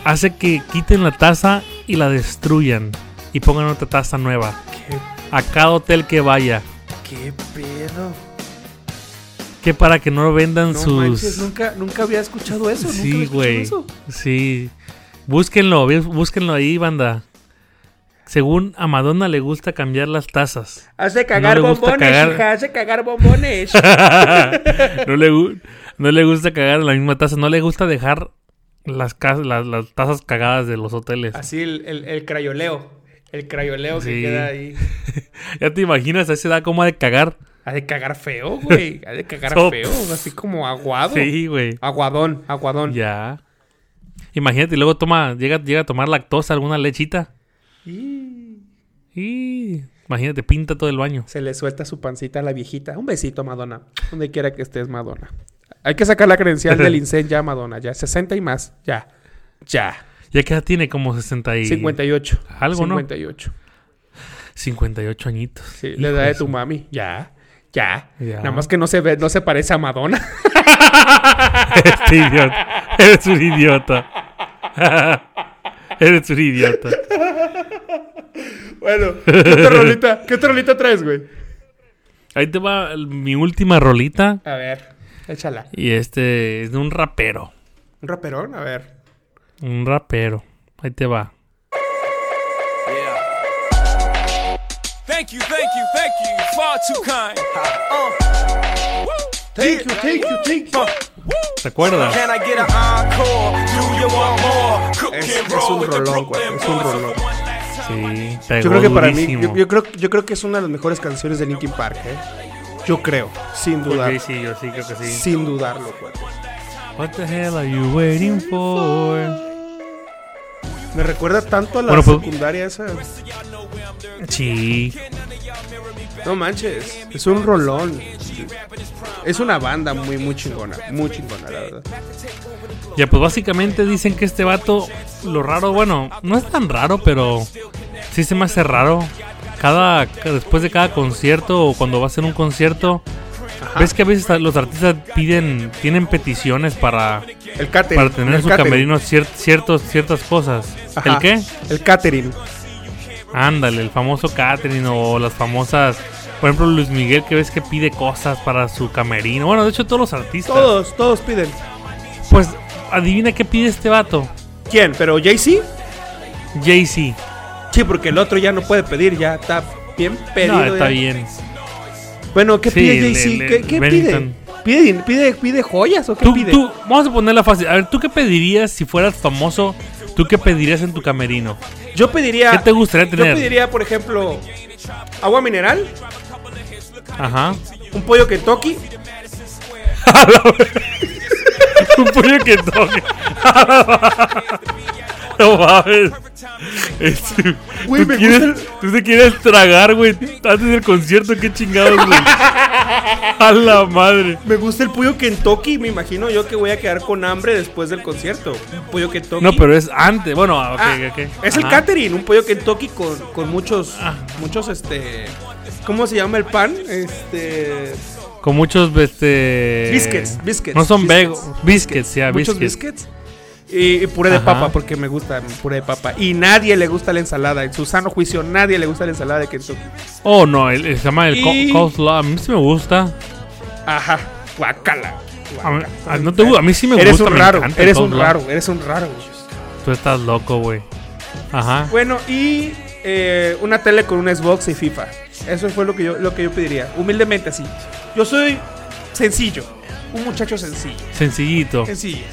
[SPEAKER 3] hace que quiten la taza y la destruyan y pongan otra taza nueva.
[SPEAKER 4] ¿Qué,
[SPEAKER 3] A cada hotel que vaya.
[SPEAKER 4] qué pedo?
[SPEAKER 3] Que para que no vendan
[SPEAKER 4] No
[SPEAKER 3] sus...
[SPEAKER 4] manches, nunca, nunca había escuchado eso. nunca había
[SPEAKER 3] Sí,
[SPEAKER 4] escuchado
[SPEAKER 3] güey.
[SPEAKER 4] eso.
[SPEAKER 3] Sí. Búsquenlo, vi- búsquenlo ahí, banda. Según a Madonna le gusta cambiar las tazas.
[SPEAKER 4] Hace
[SPEAKER 3] cagar
[SPEAKER 4] cagar
[SPEAKER 3] le gusta
[SPEAKER 4] bombones,
[SPEAKER 3] bombones, cagar. hija,
[SPEAKER 4] hija, hace cagar bombones.
[SPEAKER 3] *laughs* no, le, gu- no le gusta cagar en la misma taza. No le gusta dejar las, ca- las, las tazas cagadas de los hoteles.
[SPEAKER 4] *laughs* Así el, el, el crayoleo. El crayoleo
[SPEAKER 3] Sí.
[SPEAKER 4] que queda ahí.
[SPEAKER 3] Ya te imaginas, a esa edad como de cagar.
[SPEAKER 4] Ha de cagar feo, güey. Ha de cagar
[SPEAKER 3] So-
[SPEAKER 4] feo. Así como aguado.
[SPEAKER 3] Sí, güey.
[SPEAKER 4] Aguadón, aguadón.
[SPEAKER 3] Ya. Imagínate, y luego toma, llega, llega a tomar lactosa, alguna lechita.
[SPEAKER 4] Y
[SPEAKER 3] Y imagínate, pinta todo el baño.
[SPEAKER 4] se le suelta su pancita a la viejita. Un besito, Madonna. Donde quiera que estés, Madonna. Hay que sacar la credencial del INSEN ya, Madonna. Ya, 60 y más. Ya. Ya.
[SPEAKER 3] Ya que ya tiene como 60 y
[SPEAKER 4] 58.
[SPEAKER 3] Algo, ¿no?
[SPEAKER 4] 58.
[SPEAKER 3] 58 añitos.
[SPEAKER 4] Sí,
[SPEAKER 3] Hijo
[SPEAKER 4] la edad
[SPEAKER 3] de
[SPEAKER 4] de
[SPEAKER 3] su-
[SPEAKER 4] tu mami. Ya. Ya.
[SPEAKER 3] Ya.
[SPEAKER 4] Nada más que no se ve, no se parece a Madonna.
[SPEAKER 3] Este idiota. Eres un idiota. Eres un idiota.
[SPEAKER 4] *laughs* bueno, ¿qué otra rolita, ¿qué otra rolita traes, güey?
[SPEAKER 3] Ahí te va el- mi última rolita.
[SPEAKER 4] A ver, échala.
[SPEAKER 3] Y este es de un rapero.
[SPEAKER 4] ¿Un raperón? A ver.
[SPEAKER 3] Un rapero. Ahí te va.
[SPEAKER 7] Thank you, thank you, thank you. You're Far too kind.
[SPEAKER 4] Thank you, thank you, thank you.
[SPEAKER 3] ¿Te acuerdas?
[SPEAKER 7] Can I get an encore? Do you want more? Cook
[SPEAKER 4] Es-
[SPEAKER 7] and
[SPEAKER 4] es
[SPEAKER 7] roll
[SPEAKER 4] un
[SPEAKER 7] with the
[SPEAKER 4] rolón, güey,
[SPEAKER 7] Brooklyn
[SPEAKER 4] es un
[SPEAKER 7] Boys
[SPEAKER 4] rolón.
[SPEAKER 7] for one last time.
[SPEAKER 3] Sí. Pegó
[SPEAKER 4] Yo creo que para mí,
[SPEAKER 3] durísimo.
[SPEAKER 4] yo, yo creo, yo creo que es una de las mejores canciones de Linkin Park, ¿eh? Yo creo, sin dudar,
[SPEAKER 3] Ok, sí, yo sí creo que sí.
[SPEAKER 4] sin dudarlo, güey.
[SPEAKER 3] What the hell are you waiting for?
[SPEAKER 4] Me recuerda tanto a la
[SPEAKER 3] Bueno, pues-
[SPEAKER 4] secundaria esa.
[SPEAKER 3] Sí.
[SPEAKER 4] No manches, es un rolón. Es una banda muy, muy chingona, muy chingona, la verdad.
[SPEAKER 3] Ya, pues básicamente dicen que este vato, lo raro, bueno, no es tan raro, pero sí se me hace raro. Cada, ca- después de cada concierto o cuando va a hacer un concierto, ves que a veces a- los artistas piden, tienen peticiones para,
[SPEAKER 4] El catering.
[SPEAKER 3] para tener en
[SPEAKER 4] el
[SPEAKER 3] su
[SPEAKER 4] catering.
[SPEAKER 3] camerino cier- ciertos, ciertas cosas.
[SPEAKER 4] Ajá,
[SPEAKER 3] ¿El qué?
[SPEAKER 4] El catering.
[SPEAKER 3] Ándale, el famoso catering o las famosas, por ejemplo, Luis Miguel que ves que pide cosas para su camerino. Bueno, de hecho todos los artistas.
[SPEAKER 4] Todos, todos piden.
[SPEAKER 3] Pues adivina qué pide este vato,
[SPEAKER 4] ¿Quién? ¿Pero Jay-Z?
[SPEAKER 3] Jay-Z.
[SPEAKER 4] Sí, porque el otro ya no puede pedir, ya está bien pedido.
[SPEAKER 3] No, está
[SPEAKER 4] ya.
[SPEAKER 3] bien.
[SPEAKER 4] Bueno, ¿qué
[SPEAKER 3] Sí,
[SPEAKER 4] pide
[SPEAKER 3] el-
[SPEAKER 4] Jay-Z?
[SPEAKER 3] el-
[SPEAKER 4] ¿Qué,
[SPEAKER 3] el
[SPEAKER 4] qué
[SPEAKER 3] Bennington.
[SPEAKER 4] pide? pide? ¿Pide pide joyas o qué
[SPEAKER 3] Tú,
[SPEAKER 4] pide?
[SPEAKER 3] tú- vamos a ponerla fácil. A ver, ¿tú qué pedirías si fueras famoso? ¿Tú qué pedirías en tu camerino?
[SPEAKER 4] Yo pediría.
[SPEAKER 3] ¿Qué te gustaría
[SPEAKER 4] Yo
[SPEAKER 3] tener?
[SPEAKER 4] pediría, por ejemplo, agua mineral,
[SPEAKER 3] Ajá. *laughs*
[SPEAKER 4] un pollo Kentucky,
[SPEAKER 3] Un pollo que toque. *laughs* no mames. Es-
[SPEAKER 4] Güey,
[SPEAKER 3] tú,
[SPEAKER 4] me
[SPEAKER 3] quieres-
[SPEAKER 4] gusta
[SPEAKER 3] tú te quieres tragar, güey. Antes del concierto, qué chingados,
[SPEAKER 4] *laughs*
[SPEAKER 3] güey. A la madre.
[SPEAKER 4] Me gusta el pollo Kentucky, me imagino yo que voy a quedar con hambre después del concierto. Un pollo Kentucky.
[SPEAKER 3] No, pero es antes. Bueno, ah, ok,
[SPEAKER 4] Ah,
[SPEAKER 3] ok.
[SPEAKER 4] Es el
[SPEAKER 3] Ajá.
[SPEAKER 4] catering, un pollo Kentucky con, con muchos,
[SPEAKER 3] Ah.
[SPEAKER 4] muchos, este, ¿cómo se llama el pan? Este,
[SPEAKER 3] Con muchos, este.
[SPEAKER 4] Biscuits, biscuits,
[SPEAKER 3] No son
[SPEAKER 4] biscuits.
[SPEAKER 3] vegos. Biscuits, ya,
[SPEAKER 4] muchos
[SPEAKER 3] biscuits.
[SPEAKER 4] biscuits y, y puré de
[SPEAKER 3] Ajá.
[SPEAKER 4] papa, porque me gusta el puré de papa. Y nadie le gusta la ensalada, en su sano juicio, nadie le gusta la ensalada de Kentucky.
[SPEAKER 3] Oh, no, el, el- se llama el co-
[SPEAKER 4] Y-
[SPEAKER 3] coleslaw. A mí sí me gusta.
[SPEAKER 4] Ajá, guacala.
[SPEAKER 3] A mí, a- no te gusta, a mí sí me
[SPEAKER 4] Eres
[SPEAKER 3] gusta.
[SPEAKER 4] un
[SPEAKER 3] me
[SPEAKER 4] raro,
[SPEAKER 3] encanta el
[SPEAKER 4] eres un
[SPEAKER 3] coleslaw.
[SPEAKER 4] raro, eres un raro. güey.
[SPEAKER 3] Tú estás loco, güey. Ajá.
[SPEAKER 4] Bueno, y eh, una tele con un Xbox y FIFA. Eso fue lo que yo, lo que yo pediría, humildemente así. Yo soy sencillo, un muchacho sencillo,
[SPEAKER 3] Sencillito.
[SPEAKER 4] sencillo.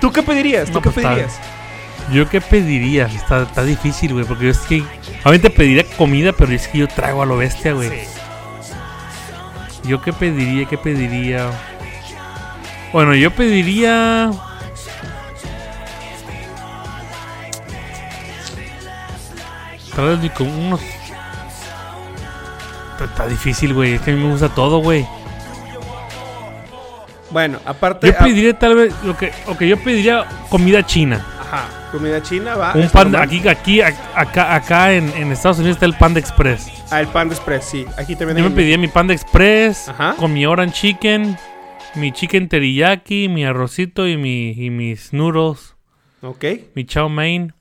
[SPEAKER 4] ¿Tú qué pedirías? ¿Tú
[SPEAKER 3] No,
[SPEAKER 4] qué
[SPEAKER 3] pues, está-
[SPEAKER 4] pedirías?
[SPEAKER 3] ¿Yo qué pediría? Está, está difícil, güey. Porque yo es que. Obviamente pediría comida, pero es que yo trago a lo bestia, güey. ¿Yo qué pediría? ¿Qué pediría? Bueno, yo pediría. Tal vez ni con unos. Está, está difícil, güey. Es que a mí me gusta todo, güey.
[SPEAKER 4] Bueno, aparte.
[SPEAKER 3] Yo
[SPEAKER 4] ah,
[SPEAKER 3] pediría tal vez lo que, ok, yo pediría comida china.
[SPEAKER 4] Ajá. Comida china va.
[SPEAKER 3] Un
[SPEAKER 4] es
[SPEAKER 3] pan de-
[SPEAKER 4] normal.
[SPEAKER 3] aquí, aquí, ac- acá, acá en, en Estados Unidos está el Panda Express.
[SPEAKER 4] Ah, el pan de express, sí. Aquí también
[SPEAKER 3] Yo me
[SPEAKER 4] hay un-
[SPEAKER 3] pedía mi Panda Express
[SPEAKER 4] Ajá.
[SPEAKER 3] con mi orange chicken, mi chicken teriyaki, mi arrocito y, mi, y mis noodles,
[SPEAKER 4] Ok.
[SPEAKER 3] mi chow mein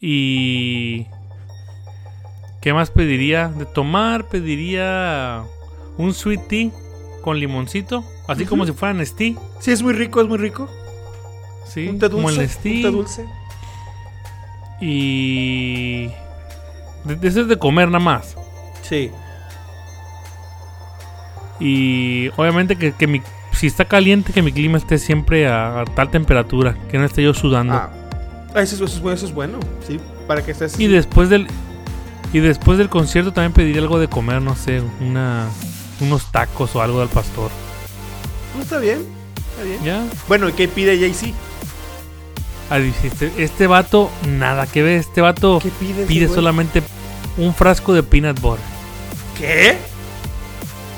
[SPEAKER 3] y ¿qué más pediría de tomar? Pediría un sweet tea con limoncito, así como si fueran Nestí,
[SPEAKER 4] Sí, es muy rico, es muy rico.
[SPEAKER 3] sí,
[SPEAKER 4] Un té
[SPEAKER 3] como el
[SPEAKER 4] dulce.
[SPEAKER 3] Nestí.
[SPEAKER 4] Un té dulce.
[SPEAKER 3] Y. De, de eso es de comer nada más.
[SPEAKER 4] Sí.
[SPEAKER 3] Y obviamente que, que mi. Si está caliente, que mi clima esté siempre a, a tal temperatura, que no esté yo sudando.
[SPEAKER 4] Ah. Ah, Eso, es- eso es, bueno, eso es bueno, sí. Para que estés.
[SPEAKER 3] Y después del. Y después del concierto también pediría algo de comer, no sé, una. Unos tacos o algo del pastor.
[SPEAKER 4] No, Pues, está bien. Está bien.
[SPEAKER 3] Ya.
[SPEAKER 4] Bueno, ¿y qué pide Jay-Z?
[SPEAKER 3] Ah, dijiste, este vato, nada que ver. Este vato
[SPEAKER 4] ¿Qué pide ese
[SPEAKER 3] pide
[SPEAKER 4] güey?
[SPEAKER 3] solamente un frasco de peanut butter.
[SPEAKER 4] ¿Qué?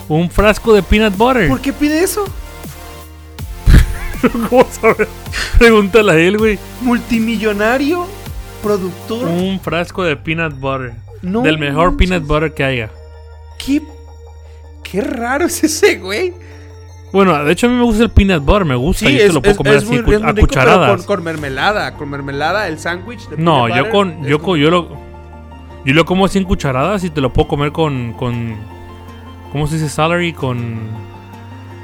[SPEAKER 3] Un frasco de peanut butter.
[SPEAKER 4] ¿Por qué pide eso?
[SPEAKER 3] ¿Cómo sabes? *laughs* Pregúntale a él, güey.
[SPEAKER 4] Multimillonario, productor.
[SPEAKER 3] Un frasco de peanut butter.
[SPEAKER 4] No
[SPEAKER 3] del mejor
[SPEAKER 4] manches.
[SPEAKER 3] peanut butter que haya.
[SPEAKER 4] ¿Qué? Qué raro es ese, güey.
[SPEAKER 3] Bueno, de hecho a mí me gusta el peanut butter, me gusta. yo te lo puedo comer así cu-
[SPEAKER 4] es
[SPEAKER 3] a
[SPEAKER 4] rico, pero
[SPEAKER 3] cucharadas.
[SPEAKER 4] Con, con mermelada, con mermelada, el sándwich. de
[SPEAKER 3] no,
[SPEAKER 4] peanut
[SPEAKER 3] yo
[SPEAKER 4] butter
[SPEAKER 3] con
[SPEAKER 4] es
[SPEAKER 3] yo,
[SPEAKER 4] muy-
[SPEAKER 3] co- yo lo yo lo como así en cucharadas y te lo puedo comer con con ¿cómo se dice? Salary con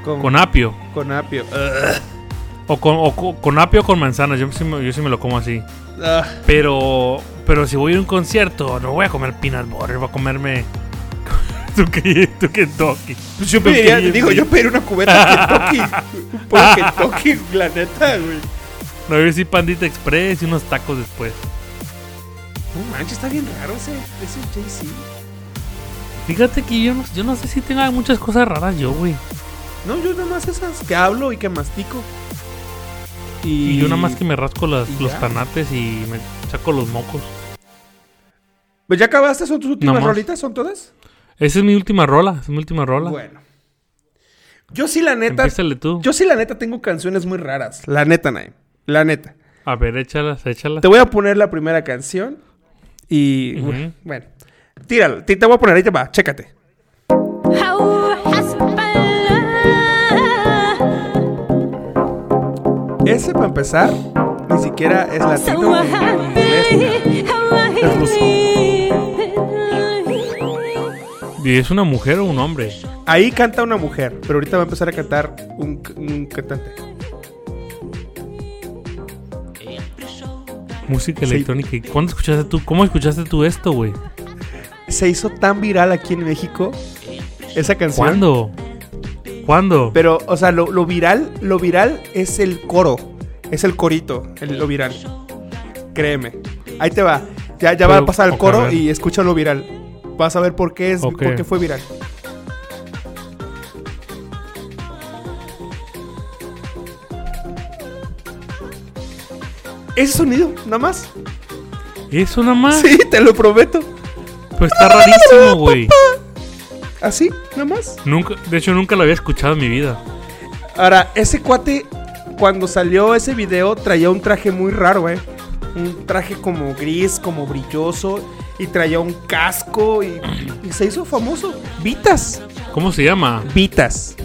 [SPEAKER 4] con,
[SPEAKER 3] con apio
[SPEAKER 4] con
[SPEAKER 3] *laughs*
[SPEAKER 4] apio. Ah,
[SPEAKER 3] o con o co- con apio o con manzanas, yo sí me, yo sí me lo como así.
[SPEAKER 4] Ah,
[SPEAKER 3] Pero pero si voy a un concierto, no voy a comer peanut butter, voy a comerme *laughs* tu, que- tu Kentucky.
[SPEAKER 4] pues yo
[SPEAKER 3] Tu
[SPEAKER 4] pediría,
[SPEAKER 3] KFC.
[SPEAKER 4] digo, yo pediría una
[SPEAKER 3] *laughs*
[SPEAKER 4] cubeta de Kentucky. Un poco de Kentucky, la neta, güey.
[SPEAKER 3] No, yo sí pandita express y unos tacos después.
[SPEAKER 4] No manches, está bien raro ese, ese Jay-Z.
[SPEAKER 3] Fíjate que yo no, yo no sé si tenga muchas cosas raras yo, güey.
[SPEAKER 4] No, yo nada más esas que hablo y que mastico.
[SPEAKER 3] Y yo nada más que me rasco las-
[SPEAKER 4] y
[SPEAKER 3] los
[SPEAKER 4] ya.
[SPEAKER 3] tanates y me saco los mocos.
[SPEAKER 4] Pues ya acabaste, son tus últimas
[SPEAKER 3] Nomás.
[SPEAKER 4] rolitas, son todas.
[SPEAKER 3] Esa es mi última rola, es mi última rola.
[SPEAKER 4] Bueno. Yo sí, la neta.
[SPEAKER 3] Empiézale tú.
[SPEAKER 4] Yo sí, la neta, tengo canciones muy raras. La neta, Naim. La neta.
[SPEAKER 3] A ver, échalas, échalas.
[SPEAKER 4] Te voy a poner la primera canción. Y.
[SPEAKER 3] Ujú.
[SPEAKER 4] Bueno. Tírala. Te, te voy a poner, ahí te va, chécate. Ese para empezar, ni siquiera es latino. ni inglés, ni nada. Es
[SPEAKER 3] ¿Y es una mujer o un hombre?
[SPEAKER 4] Ahí canta una mujer, pero ahorita va a empezar a cantar un, c- un cantante.
[SPEAKER 3] Música
[SPEAKER 4] Sí.
[SPEAKER 3] electrónica. ¿Y ¿Cuándo escuchaste tú? ¿Cómo escuchaste tú esto, güey?
[SPEAKER 4] Se hizo tan viral aquí en México esa canción.
[SPEAKER 3] ¿Cuándo? ¿Cuándo?
[SPEAKER 4] Pero, o sea, lo, lo viral, lo viral es el coro, es el corito, el- lo viral. Créeme. Ahí te va. Ya, ya va a
[SPEAKER 3] Pero,
[SPEAKER 4] pasar el
[SPEAKER 3] ok, a
[SPEAKER 4] coro
[SPEAKER 3] ver.
[SPEAKER 4] y escucha lo viral. Vas a ver por qué es,
[SPEAKER 3] Ok.
[SPEAKER 4] por qué fue viral. Ese sonido, nada más.
[SPEAKER 3] ¿Eso nada más?
[SPEAKER 4] Sí, te lo prometo.
[SPEAKER 3] Pues está rarísimo,
[SPEAKER 4] *laughs*
[SPEAKER 3] güey.
[SPEAKER 4] Así, nada más.
[SPEAKER 3] Nunca, de hecho, nunca lo había escuchado en mi vida.
[SPEAKER 4] Ahora, ese cuate, cuando salió ese video, traía un traje muy raro, eh. Un traje como gris, como brilloso. Y traía un casco y, y se hizo famoso. Vitas.
[SPEAKER 3] ¿Cómo se llama?
[SPEAKER 4] Vitas.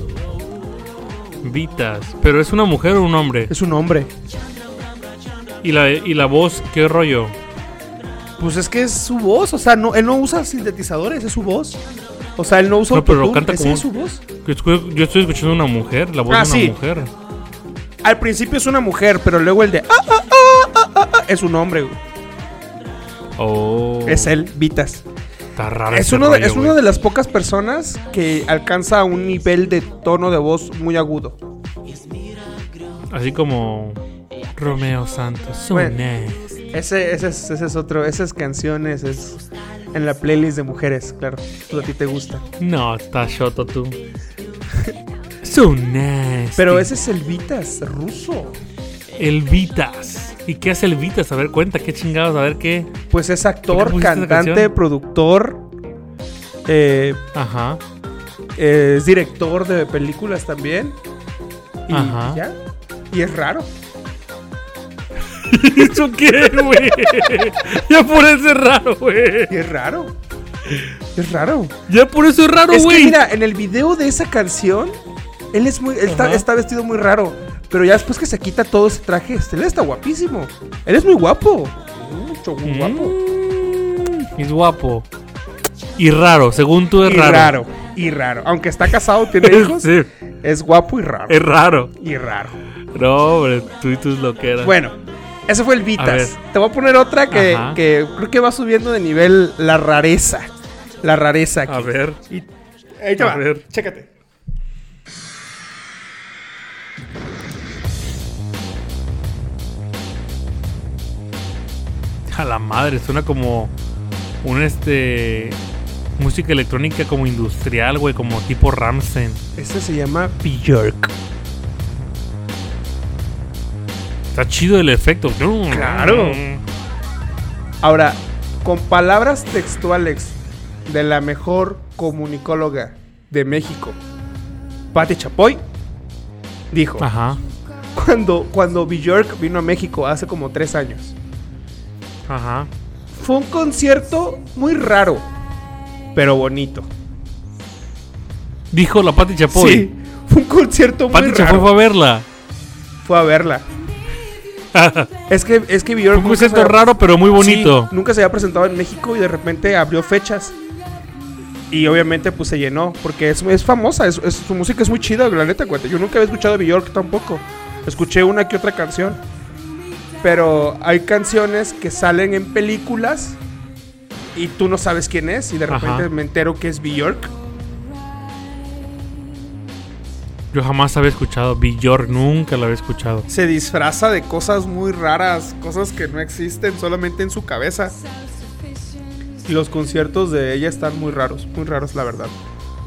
[SPEAKER 3] Vitas. ¿Pero es una mujer o un hombre?
[SPEAKER 4] Es un hombre.
[SPEAKER 3] ¿Y la, y la voz? ¿Qué rollo?
[SPEAKER 4] Pues es que es su voz. O sea, no, él no usa sintetizadores, es su voz. O sea, él no usa
[SPEAKER 3] No, pero
[SPEAKER 4] autotune,
[SPEAKER 3] canta
[SPEAKER 4] esa
[SPEAKER 3] como
[SPEAKER 4] es su voz.
[SPEAKER 3] Yo escu- yo estoy escuchando una mujer, la voz
[SPEAKER 4] Ah,
[SPEAKER 3] de una
[SPEAKER 4] sí.
[SPEAKER 3] mujer.
[SPEAKER 4] Al principio es una mujer, pero luego el de... ah, ah, ah, ah, ah, ah, es un hombre, güey.
[SPEAKER 3] Oh.
[SPEAKER 4] Es él, Vitas.
[SPEAKER 3] Está raro.
[SPEAKER 4] Es,
[SPEAKER 3] ese
[SPEAKER 4] uno de,
[SPEAKER 3] rollo,
[SPEAKER 4] es
[SPEAKER 3] güey.
[SPEAKER 4] una de las pocas personas que alcanza un nivel de tono de voz muy agudo.
[SPEAKER 3] Así como. Romeo Santos.
[SPEAKER 4] Bueno.
[SPEAKER 3] Sones.
[SPEAKER 4] Ese, ese, es, ese es otro, esas canciones es en la playlist de mujeres, claro. Pues a ti te gusta.
[SPEAKER 3] No, está choto tú.
[SPEAKER 4] *laughs*
[SPEAKER 3] Sones.
[SPEAKER 4] Pero ese es el Vitas ruso.
[SPEAKER 3] El Vitas. ¿Y qué hace el Vitas? A ver, cuenta, qué chingados, a ver qué.
[SPEAKER 4] Pues es
[SPEAKER 3] ¿Por qué
[SPEAKER 4] actor,
[SPEAKER 3] pusiste esa
[SPEAKER 4] cantante,
[SPEAKER 3] canción?
[SPEAKER 4] productor. Eh, *laughs*
[SPEAKER 3] Ajá.
[SPEAKER 4] es director de películas también. Y
[SPEAKER 3] Ajá.
[SPEAKER 4] ya. Y es raro.
[SPEAKER 3] ¿Eso qué, güey? *laughs* ya por eso es raro, güey.
[SPEAKER 4] Y es raro. Es raro.
[SPEAKER 3] Ya por eso es raro,
[SPEAKER 4] es que
[SPEAKER 3] güey.
[SPEAKER 4] mira, en el video de esa canción, él es muy. él está,
[SPEAKER 3] Ajá.
[SPEAKER 4] está vestido muy raro. Pero ya después que se quita todo ese traje, él está guapísimo. Él es muy guapo. Mucho, muy guapo.
[SPEAKER 3] Mm, es guapo. Y raro, según tú es
[SPEAKER 4] y
[SPEAKER 3] raro.
[SPEAKER 4] raro. Y raro. Aunque está casado, tiene
[SPEAKER 3] *laughs*
[SPEAKER 4] hijos.
[SPEAKER 3] Sí,
[SPEAKER 4] Es guapo y raro.
[SPEAKER 3] es raro.
[SPEAKER 4] Y raro.
[SPEAKER 3] No, hombre, tú y tus loqueras.
[SPEAKER 4] Bueno, ese fue el
[SPEAKER 3] A ver.
[SPEAKER 4] Vitas. Te voy a poner otra que,
[SPEAKER 3] Ajá.
[SPEAKER 4] que creo que va subiendo de nivel la rareza. La rareza.
[SPEAKER 3] A
[SPEAKER 4] Aquí.
[SPEAKER 3] ver.
[SPEAKER 4] Ahí te
[SPEAKER 3] a
[SPEAKER 4] va.
[SPEAKER 3] ver.
[SPEAKER 4] Chécate.
[SPEAKER 3] A la madre, suena como un este música electrónica como industrial, güey, como tipo Ramsen.
[SPEAKER 4] Este se llama Bjork.
[SPEAKER 3] Está chido el efecto.
[SPEAKER 4] Claro. Ahora, con palabras textuales de la mejor comunicóloga de México, Patti Chapoy, dijo:
[SPEAKER 3] Ajá.
[SPEAKER 4] Cuando, cuando Bjork vino a México hace como tres años,
[SPEAKER 3] Ajá.
[SPEAKER 4] Fue un concierto muy raro, pero bonito.
[SPEAKER 3] Dijo la Pati Chapoy.
[SPEAKER 4] Sí, fue un concierto muy
[SPEAKER 3] Pati Chapoy
[SPEAKER 4] raro.
[SPEAKER 3] fue a verla.
[SPEAKER 4] Fue a verla. es que es que Bjork
[SPEAKER 3] Fue un
[SPEAKER 4] nunca se
[SPEAKER 3] concierto
[SPEAKER 4] había-
[SPEAKER 3] raro, pero muy bonito.
[SPEAKER 4] Sí, nunca se había presentado en México y de repente abrió fechas. Y obviamente pues se llenó porque es, es famosa, es- es- su música es muy chida, la neta, cuenta. Yo nunca había escuchado a Bjork tampoco. Escuché una que otra canción. Pero hay canciones que salen en películas y tú no sabes quién es y de
[SPEAKER 3] Ajá.
[SPEAKER 4] repente me entero que es Bjork.
[SPEAKER 3] Yo jamás había escuchado. Bjork nunca la había escuchado.
[SPEAKER 4] se disfraza de cosas muy raras, cosas que no existen solamente en su cabeza. Y los conciertos de ella están muy raros, muy raros la verdad,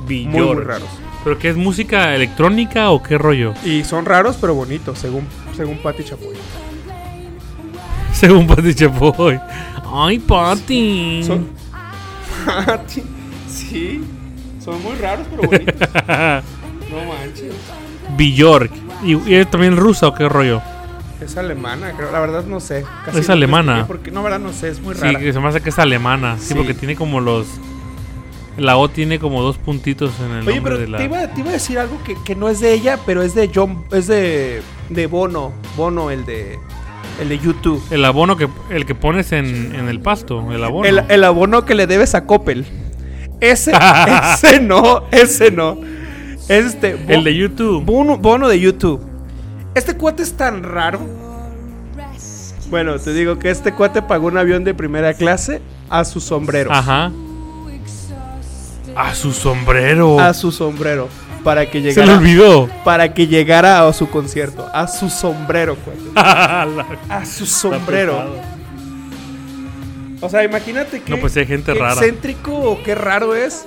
[SPEAKER 4] muy, muy
[SPEAKER 3] Bjork.
[SPEAKER 4] raros.
[SPEAKER 3] ¿Pero qué es música electrónica o qué rollo? *laughs*
[SPEAKER 4] Y son raros pero bonitos, según según Patti Chapoy.
[SPEAKER 3] Según Pati Chapoy. Ay, Pati.
[SPEAKER 4] Son Patti, sí, son muy raros
[SPEAKER 3] *laughs*
[SPEAKER 4] pero bonitos. no manches.
[SPEAKER 3] Bjork. ¿Y, y es también rusa o qué rollo?
[SPEAKER 4] Es alemana, creo, la verdad no sé. casi
[SPEAKER 3] Es
[SPEAKER 4] no
[SPEAKER 3] alemana.
[SPEAKER 4] investigué Porque no, la verdad no sé, es muy
[SPEAKER 3] Sí,
[SPEAKER 4] rara.
[SPEAKER 3] que se me hace que es alemana. Sí,
[SPEAKER 4] Sí.
[SPEAKER 3] porque tiene como los. La O tiene como dos puntitos en el
[SPEAKER 4] Oye,
[SPEAKER 3] nombre
[SPEAKER 4] pero
[SPEAKER 3] de la.
[SPEAKER 4] te, iba, te iba a decir algo que, que no es de ella, pero es de John, es de, de Bono, Bono el de el de YouTube.
[SPEAKER 3] El abono que el que pones en, en el pasto, el abono.
[SPEAKER 4] El, el abono que le debes a Coppel.
[SPEAKER 3] *laughs*
[SPEAKER 4] Ese, ese no, ese no. Este, Bo-
[SPEAKER 3] El de YouTube.
[SPEAKER 4] Bono, Bono de YouTube. Este cuate es tan raro. Bueno, te digo que este cuate pagó un avión de primera clase a su sombrero.
[SPEAKER 3] Ajá. A su sombrero.
[SPEAKER 4] A su sombrero. Para
[SPEAKER 3] Se
[SPEAKER 4] que
[SPEAKER 3] le
[SPEAKER 4] llegara, *laughs*
[SPEAKER 3] olvidó. *laughs*
[SPEAKER 4] para que llegara a su concierto. A su sombrero, cuate. a su sombrero. O sea, imagínate que.
[SPEAKER 3] No, pues sí hay gente rara.
[SPEAKER 4] Excéntrico o qué raro es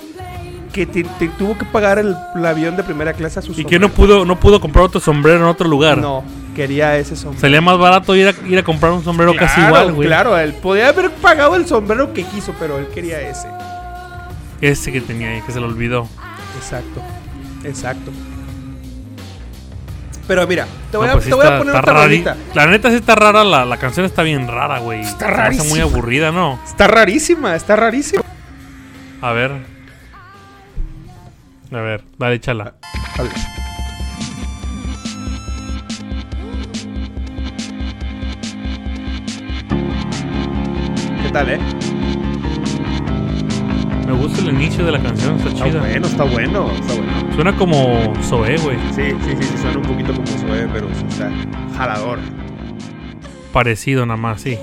[SPEAKER 4] que te, te tuvo que pagar el, el avión de primera clase a su
[SPEAKER 3] Y que no pudo, no pudo comprar otro sombrero en otro lugar.
[SPEAKER 4] No, quería ese sombrero.
[SPEAKER 3] Salía más barato ir a, ir a comprar un sombrero casi
[SPEAKER 4] Claro,
[SPEAKER 3] igual, güey.
[SPEAKER 4] Claro, él podía haber pagado el sombrero que quiso, pero él quería ese.
[SPEAKER 3] Ese que tenía ahí, que se le olvidó.
[SPEAKER 4] Exacto, exacto. Pero mira, te voy,
[SPEAKER 3] No,
[SPEAKER 4] a,
[SPEAKER 3] pues sí
[SPEAKER 4] te voy a
[SPEAKER 3] está-
[SPEAKER 4] poner
[SPEAKER 3] está
[SPEAKER 4] otra
[SPEAKER 3] rari-
[SPEAKER 4] rolita.
[SPEAKER 3] La neta sí está rara, la, la canción está bien rara, güey.
[SPEAKER 4] Está
[SPEAKER 3] Se me hace
[SPEAKER 4] rarísima.
[SPEAKER 3] muy aburrida, ¿no?
[SPEAKER 4] Está rarísima, está rarísima.
[SPEAKER 3] A ver. A ver, dale, échala.
[SPEAKER 4] A ver. ¿Qué tal, eh?
[SPEAKER 3] Me gusta el inicio de la canción, está
[SPEAKER 4] Está
[SPEAKER 3] chida.
[SPEAKER 4] Ah, bueno, está bueno, está bueno.
[SPEAKER 3] Suena como Zoé, güey.
[SPEAKER 4] Sí, sí, sí, sí, suena un poquito como suave, pero sí está jalador.
[SPEAKER 3] Parecido nada más, sí.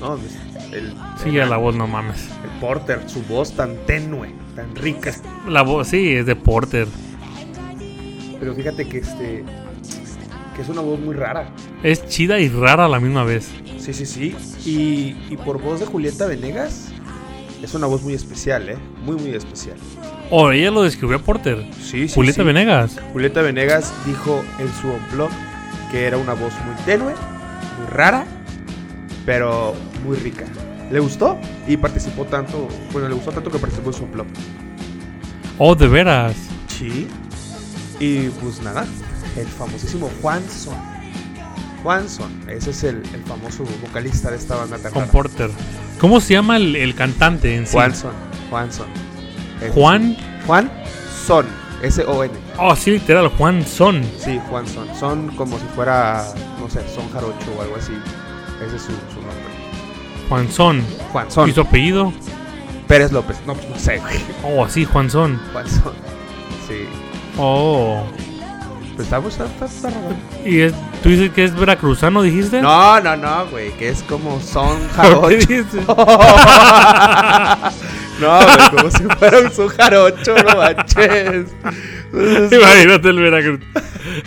[SPEAKER 4] No, Pues, el,
[SPEAKER 3] Sí, a la voz no mames.
[SPEAKER 4] el Porter, su voz tan tenue, tan rica.
[SPEAKER 3] La voz, sí, es de Porter.
[SPEAKER 4] Pero fíjate que este. que es una voz muy rara.
[SPEAKER 3] Es chida y rara a la misma vez.
[SPEAKER 4] Sí, sí, sí. Y, y por voz de Julieta Venegas, es una voz muy especial, eh. Muy, muy especial.
[SPEAKER 3] O ella lo describió a Porter.
[SPEAKER 4] Sí, sí.
[SPEAKER 3] Julieta
[SPEAKER 4] sí.
[SPEAKER 3] Venegas.
[SPEAKER 4] Julieta Venegas dijo en su blog que era una voz muy tenue, muy rara, pero muy rica, le gustó y participó tanto, bueno, le gustó tanto que participó en su blog.
[SPEAKER 3] Oh, de veras.
[SPEAKER 4] Sí. Y pues nada, el famosísimo Juanson. Juanson, ese es el, el famoso vocalista de esta banda tan
[SPEAKER 3] Con
[SPEAKER 4] rara.
[SPEAKER 3] Porter. ¿Cómo se llama el, el cantante en sí?
[SPEAKER 4] Juanson, Juanson. Ese.
[SPEAKER 3] Juan.
[SPEAKER 4] Juan Son, S-O-N.
[SPEAKER 3] Oh, sí, literal, Juan Son.
[SPEAKER 4] Sí, Juan Son. Son como si fuera, no sé, Son Jarocho o algo así. Ese es su, su nombre.
[SPEAKER 3] Juan Son.
[SPEAKER 4] Juan Son.
[SPEAKER 3] ¿Y su apellido?
[SPEAKER 4] Pérez López. No, pues no sé, güey.
[SPEAKER 3] Oh, sí, Juan Son.
[SPEAKER 4] Juan Son. Sí.
[SPEAKER 3] Oh.
[SPEAKER 4] Pues está, está, está- está raro.
[SPEAKER 3] ¿Y es- tú dices que es veracruzano, dijiste?
[SPEAKER 4] No, no, no, güey. Que es como Son
[SPEAKER 3] ¿Qué *laughs*
[SPEAKER 4] Jarocho.
[SPEAKER 3] dices?
[SPEAKER 4] *laughs* no, güey, como si fuera un Son Jarocho, no manches.
[SPEAKER 3] *laughs* *laughs* Imagínate el
[SPEAKER 4] *laughs*
[SPEAKER 3] veracruz.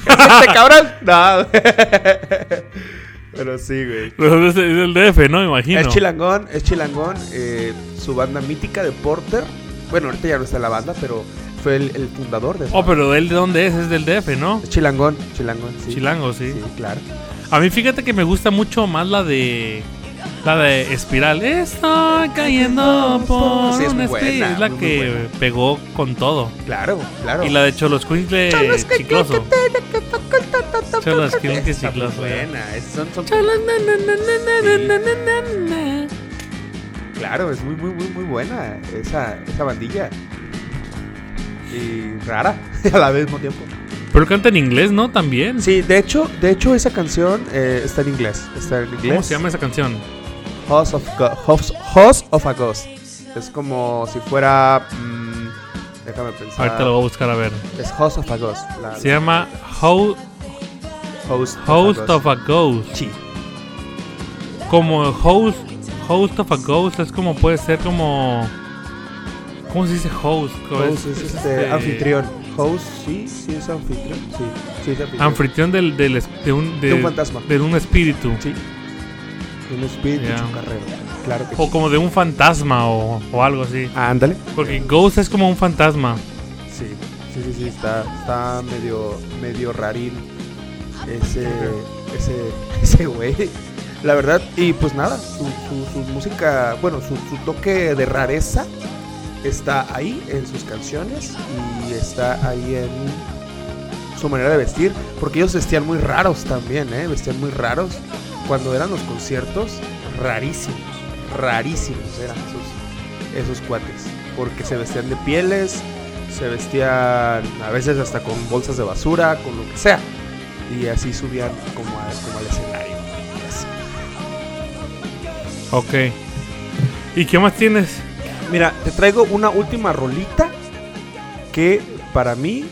[SPEAKER 4] este cabrón? No, güey. Pero sí, güey.
[SPEAKER 3] Es el DF, ¿no? Imagino.
[SPEAKER 4] Es chilangón, es chilangón. eh, su banda mítica de Porter. Bueno, ahorita ya no está en la banda, pero fue el, el fundador de esa
[SPEAKER 3] Oh, pero él de dónde es? Es del DF, ¿no?
[SPEAKER 4] banda. Es chilangón, chilangón, sí.
[SPEAKER 3] Chilango, sí.
[SPEAKER 4] Sí, claro.
[SPEAKER 3] A mí fíjate que me gusta mucho más la de. La de Espiral. Está cayendo por
[SPEAKER 4] Sí, es
[SPEAKER 3] una
[SPEAKER 4] muy buena,
[SPEAKER 3] estrella. Es la
[SPEAKER 4] muy, muy
[SPEAKER 3] que
[SPEAKER 4] buena.
[SPEAKER 3] pegó con todo.
[SPEAKER 4] Claro, claro.
[SPEAKER 3] Y la de Cholos Quincle Chicloso. Cholos Quincle
[SPEAKER 4] Está muy
[SPEAKER 3] Chicloso.
[SPEAKER 4] buena. es- son- son- Claro, es muy, muy, muy, muy buena esa, esa bandilla. Y rara *laughs* a la vez, al mismo tiempo.
[SPEAKER 3] Pero canta en inglés, ¿no? También.
[SPEAKER 4] Sí, de hecho, de hecho esa canción eh, está en inglés. Está en inglés.
[SPEAKER 3] ¿Cómo se llama esa canción?
[SPEAKER 4] House of, Go- House, House of a Ghost. Es como si fuera. mm, déjame pensar.
[SPEAKER 3] Ahorita lo voy a buscar a ver.
[SPEAKER 4] Es House of a Ghost. la-
[SPEAKER 3] Se llama How
[SPEAKER 4] House,
[SPEAKER 3] Host
[SPEAKER 4] Ghost.
[SPEAKER 3] of a Ghost.
[SPEAKER 4] Sí.
[SPEAKER 3] Como host, host of a ghost es como puede ser como ¿Cómo se dice host? ¿Cómo
[SPEAKER 4] Host es este, anfitrión. Host, sí, sí es anfitrión. Sí, sí es anfitrión.
[SPEAKER 3] Anfitrión del, del es- de un
[SPEAKER 4] De un fantasma.
[SPEAKER 3] de un espíritu
[SPEAKER 4] Sí. Un espíritu
[SPEAKER 3] Ya.
[SPEAKER 4] chocarrero. Claro que
[SPEAKER 3] o
[SPEAKER 4] sí.
[SPEAKER 3] como de un fantasma o, o algo así.
[SPEAKER 4] Ah, Ándale.
[SPEAKER 3] Porque ghost es como un fantasma.
[SPEAKER 4] Sí, sí, sí, sí, está, está medio, medio rarín ese, ese, *laughs* ese güey. La verdad, y pues nada, su, su- su música, bueno, su, su toque de rareza está ahí en sus canciones y está ahí en su manera de vestir, porque ellos vestían muy raros también, ¿eh? Vestían muy raros. Cuando eran los conciertos, rarísimos, rarísimos eran esos, esos cuates, porque se vestían de pieles, se vestían a veces hasta con bolsas de basura, con lo que sea. Y así subían como, a- como al escenario. Así.
[SPEAKER 3] Ok. ¿Y qué más tienes?
[SPEAKER 4] Mira, te traigo una última rolita que para mí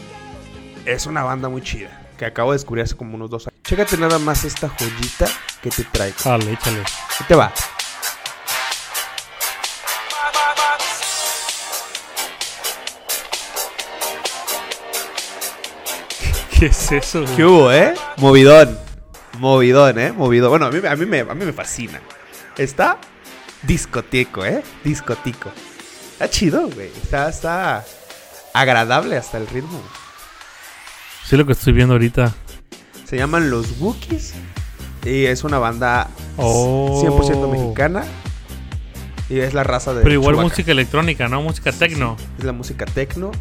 [SPEAKER 4] es una banda muy chida, que acabo de descubrir hace como unos dos años. Chécate nada más esta joyita que te traigo.
[SPEAKER 3] Dale, échale. *laughs*
[SPEAKER 4] Ahí te va.
[SPEAKER 3] ¿Qué es eso? güey?
[SPEAKER 4] ¿Qué hubo, eh? Movidón. Movidón, eh. Movidón. Bueno, a mí, a mí, me, a mí me fascina. Está discoteco, eh. Discotico. Está chido, güey. Está, está agradable hasta el ritmo.
[SPEAKER 3] Sí lo que estoy viendo ahorita.
[SPEAKER 4] Se llaman Los Wookiees. Y es una banda
[SPEAKER 3] Oh.
[SPEAKER 4] 100% mexicana. Y es la raza de.
[SPEAKER 3] Pero igual
[SPEAKER 4] Chewbacca.
[SPEAKER 3] música electrónica, ¿no? Música techno.
[SPEAKER 4] Es la música techno.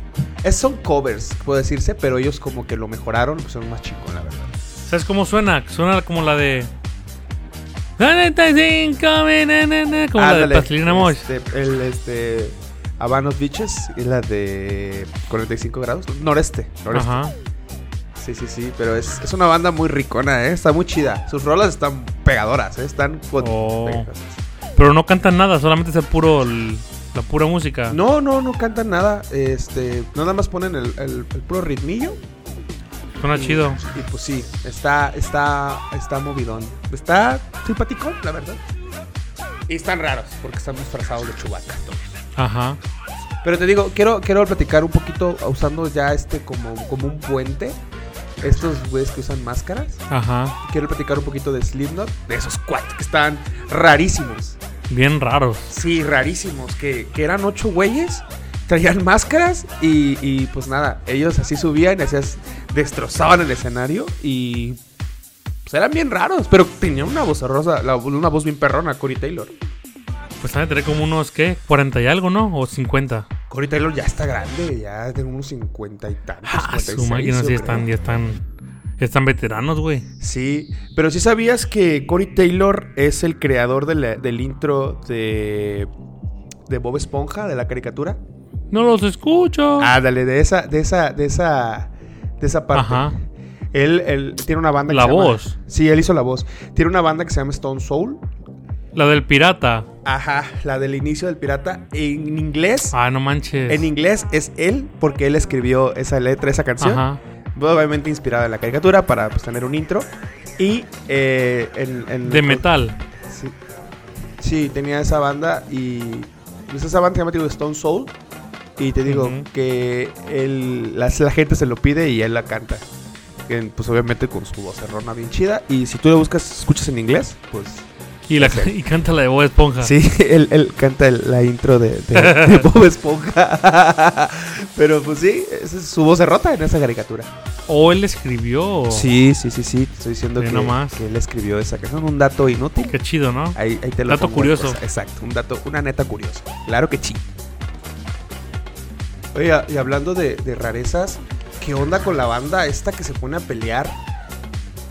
[SPEAKER 4] Es, son covers, puedo decirse, pero ellos como que lo mejoraron, pues son más chicos, la verdad.
[SPEAKER 3] ¿Sabes cómo suena? Suena como la de. 45 na, na, na, Como la de
[SPEAKER 4] Ándale.
[SPEAKER 3] Pastelina Mosh.
[SPEAKER 4] Este, el este. Habanos Beaches y la de 45 grados. Noreste. noreste.
[SPEAKER 3] Ajá.
[SPEAKER 4] Sí, sí, sí. Pero es, es una banda muy ricona, ¿eh? Está muy chida. Sus rolas están pegadoras, ¿eh? Están con-
[SPEAKER 3] Oh.
[SPEAKER 4] pegajosas.
[SPEAKER 3] Pero no cantan nada, solamente es el puro. el- la pura música.
[SPEAKER 4] No, no, no cantan nada. Este. Nada más ponen el, el- el puro ritmillo.
[SPEAKER 3] Suena
[SPEAKER 4] y-
[SPEAKER 3] Ah, chido.
[SPEAKER 4] Y pues sí, está, está, está movidón. Está simpático, la verdad. Y están raros, porque están disfrazados de chubaca.
[SPEAKER 3] Ajá.
[SPEAKER 4] Pero te digo, quiero, quiero platicar un poquito usando ya este como, como un puente. Estos güeyes que usan máscaras.
[SPEAKER 3] Ajá.
[SPEAKER 4] Quiero platicar un poquito de Slipknot. De esos cuatro que están rarísimos.
[SPEAKER 3] Bien raros.
[SPEAKER 4] Sí, rarísimos. Que, que eran ocho güeyes. Traían máscaras y, y pues nada, ellos así subían y hacías- destrozaban el escenario y pues eran bien raros, pero tenían una voz rosa, una voz bien perrona, Cory Taylor.
[SPEAKER 3] Pues van a tener como unos, ¿qué? 40 y algo, ¿no? O 50.
[SPEAKER 4] Corey Taylor ya está grande, ya tengo unos 50 y tantos.
[SPEAKER 3] Ah, su
[SPEAKER 4] 56,
[SPEAKER 3] máquina,
[SPEAKER 4] yo
[SPEAKER 3] sí,
[SPEAKER 4] creo.
[SPEAKER 3] están, ya están. Ya están veteranos, güey.
[SPEAKER 4] Sí, pero si sabías que Corey Taylor es el creador de la- del intro de, de Bob Esponja, de la caricatura.
[SPEAKER 3] No los escucho.
[SPEAKER 4] Ándale, de esa, de esa, de esa, de esa parte.
[SPEAKER 3] Ajá.
[SPEAKER 4] Él, él tiene una banda.
[SPEAKER 3] La
[SPEAKER 4] se llama-
[SPEAKER 3] voz.
[SPEAKER 4] sí, él hizo la voz. Tiene una banda que se llama Stone Soul.
[SPEAKER 3] La del pirata.
[SPEAKER 4] Ajá, la del inicio del pirata. En inglés,
[SPEAKER 3] Ah, no manches.
[SPEAKER 4] en inglés es él porque él escribió esa letra, esa canción.
[SPEAKER 3] Ajá.
[SPEAKER 4] Obviamente inspirada en la caricatura para pues, tener un intro. Y eh, en, en-
[SPEAKER 3] De metal.
[SPEAKER 4] Sí. Sí, tenía esa banda y pues, esa banda se llama te digo, Stone Soul y te digo
[SPEAKER 3] Ujú.
[SPEAKER 4] que él, las- la, gente se lo pide y él la canta. Que, pues obviamente con su voz errona bien chida y si tú lo buscas, escuchas en inglés, pues
[SPEAKER 3] Y, la,
[SPEAKER 4] Sí.
[SPEAKER 3] *laughs* y canta la de Bob Esponja.
[SPEAKER 4] sí, *laughs* él, él canta el- la intro de, de-
[SPEAKER 3] *laughs*
[SPEAKER 4] de Bob Esponja. *laughs* Pero pues sí, esa es su voz errota en esa caricatura.
[SPEAKER 3] O él escribió.
[SPEAKER 4] Sí, sí, sí, sí, te estoy diciendo
[SPEAKER 3] Oh. Ve
[SPEAKER 4] que,
[SPEAKER 3] nomás.
[SPEAKER 4] que él escribió esa canción, un dato inútil.
[SPEAKER 3] Qué chido, ¿no?
[SPEAKER 4] Ahí, ahí te lo
[SPEAKER 3] Dato
[SPEAKER 4] pongo,
[SPEAKER 3] curioso.
[SPEAKER 4] pues, exacto, un dato, una neta curiosa. Claro que sí. Oye, y hablando de, de rarezas, ¿qué onda con la banda esta que se pone a pelear?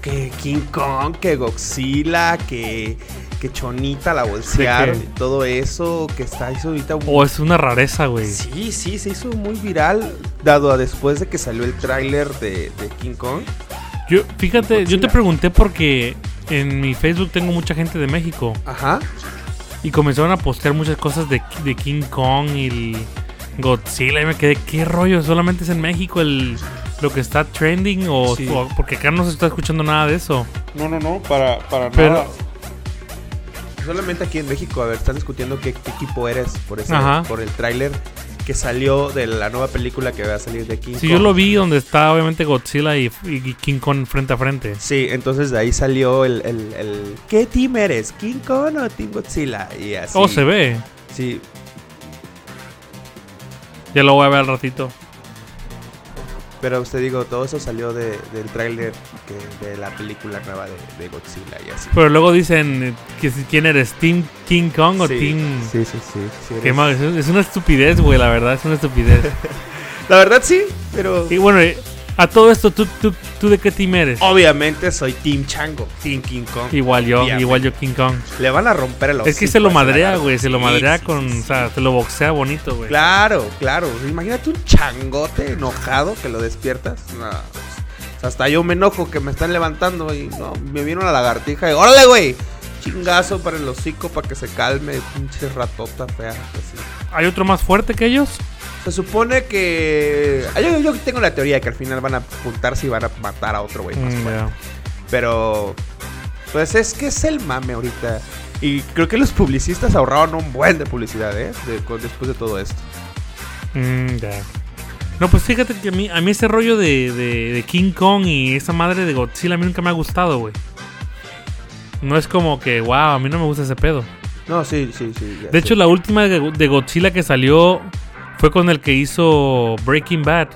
[SPEAKER 4] Que King Kong, que Godzilla, que, que Chonita la bolsearon
[SPEAKER 3] qué?
[SPEAKER 4] y todo eso, que está hizo ahorita un-
[SPEAKER 3] O es una rareza, güey.
[SPEAKER 4] Sí, sí, se hizo muy viral, dado a después de que salió el tráiler de, de King Kong.
[SPEAKER 3] Yo, fíjate, yo te
[SPEAKER 4] Godzilla.
[SPEAKER 3] pregunté porque en mi Facebook tengo mucha gente de México.
[SPEAKER 4] Ajá.
[SPEAKER 3] Y comenzaron a postear muchas cosas de, de King Kong y el Godzilla. Y me quedé, ¿qué rollo? ¿Solamente es en México el, lo que está trending? O,
[SPEAKER 4] Sí.
[SPEAKER 3] o- porque acá no se está escuchando nada de eso.
[SPEAKER 4] No, no, no, para, para
[SPEAKER 3] Pero- nada.
[SPEAKER 4] Solamente aquí en México, a ver, están discutiendo qué, qué equipo eres por, ese,
[SPEAKER 3] Ajá.
[SPEAKER 4] por el tráiler que salió de la nueva película que va a salir de King
[SPEAKER 3] Si
[SPEAKER 4] Kong.
[SPEAKER 3] yo lo vi donde está obviamente Godzilla y, y King Kong frente a frente.
[SPEAKER 4] Sí, entonces de ahí salió el, el, el, ¿Qué team eres? ¿King Kong o Team Godzilla? Y así.
[SPEAKER 3] Oh, se ve.
[SPEAKER 4] Sí,
[SPEAKER 3] Ya lo voy a ver al ratito.
[SPEAKER 4] pero usted digo, todo eso salió de- del tráiler que- de la película nueva de, de Godzilla y así.
[SPEAKER 3] Pero luego dicen eh, que si- quién eres, Team King Kong o
[SPEAKER 4] sí,
[SPEAKER 3] Team.
[SPEAKER 4] sí, sí, sí. sí
[SPEAKER 3] Qué
[SPEAKER 4] eres-
[SPEAKER 3] mal, es- es una estupidez, güey, la verdad, es una estupidez.
[SPEAKER 4] *laughs* La verdad sí, pero
[SPEAKER 3] y bueno, eh, a todo esto, ¿tú, tú, tú de qué team
[SPEAKER 4] Oh,
[SPEAKER 3] eres?
[SPEAKER 4] obviamente soy Team Chango, Team King Kong.
[SPEAKER 3] Igual yo,
[SPEAKER 4] Obviamente.
[SPEAKER 3] igual yo King Kong.
[SPEAKER 4] Le van a romper el
[SPEAKER 3] Es que
[SPEAKER 4] hocico
[SPEAKER 3] se lo
[SPEAKER 4] a esa
[SPEAKER 3] madrea,
[SPEAKER 4] lagarta.
[SPEAKER 3] güey, se lo
[SPEAKER 4] Sí,
[SPEAKER 3] madrea
[SPEAKER 4] sí,
[SPEAKER 3] con,
[SPEAKER 4] sí,
[SPEAKER 3] o sea, se lo boxea bonito, güey.
[SPEAKER 4] Claro, claro. Imagínate un changote enojado que lo despiertas. No. O sea, Hasta yo me enojo que me están levantando y no, me viene una lagartija y órale, güey. Chingazo para el hocico para que se calme, pinche ratota fea. así.
[SPEAKER 3] ¿Hay otro más fuerte que ellos?
[SPEAKER 4] Se supone que. ah, Yo, yo tengo la teoría de que al final van a apuntarse y van a matar a otro güey. más
[SPEAKER 3] Mm,
[SPEAKER 4] fuerte.
[SPEAKER 3] ya.
[SPEAKER 4] Pero. Pues es que es el mame ahorita. Y creo que los publicistas ahorraron un buen de publicidad, ¿eh? De- con- después de todo esto.
[SPEAKER 3] Mm, ya. No, pues fíjate que a mí, a mí ese rollo de, de- de King Kong y esa madre de Godzilla a mí nunca me ha gustado, güey. No es como que, wow, a mí no me gusta ese pedo.
[SPEAKER 4] No, sí, sí, sí. ya
[SPEAKER 3] De
[SPEAKER 4] sé.
[SPEAKER 3] hecho, la última de de Godzilla que salió fue con el que hizo Breaking Bad.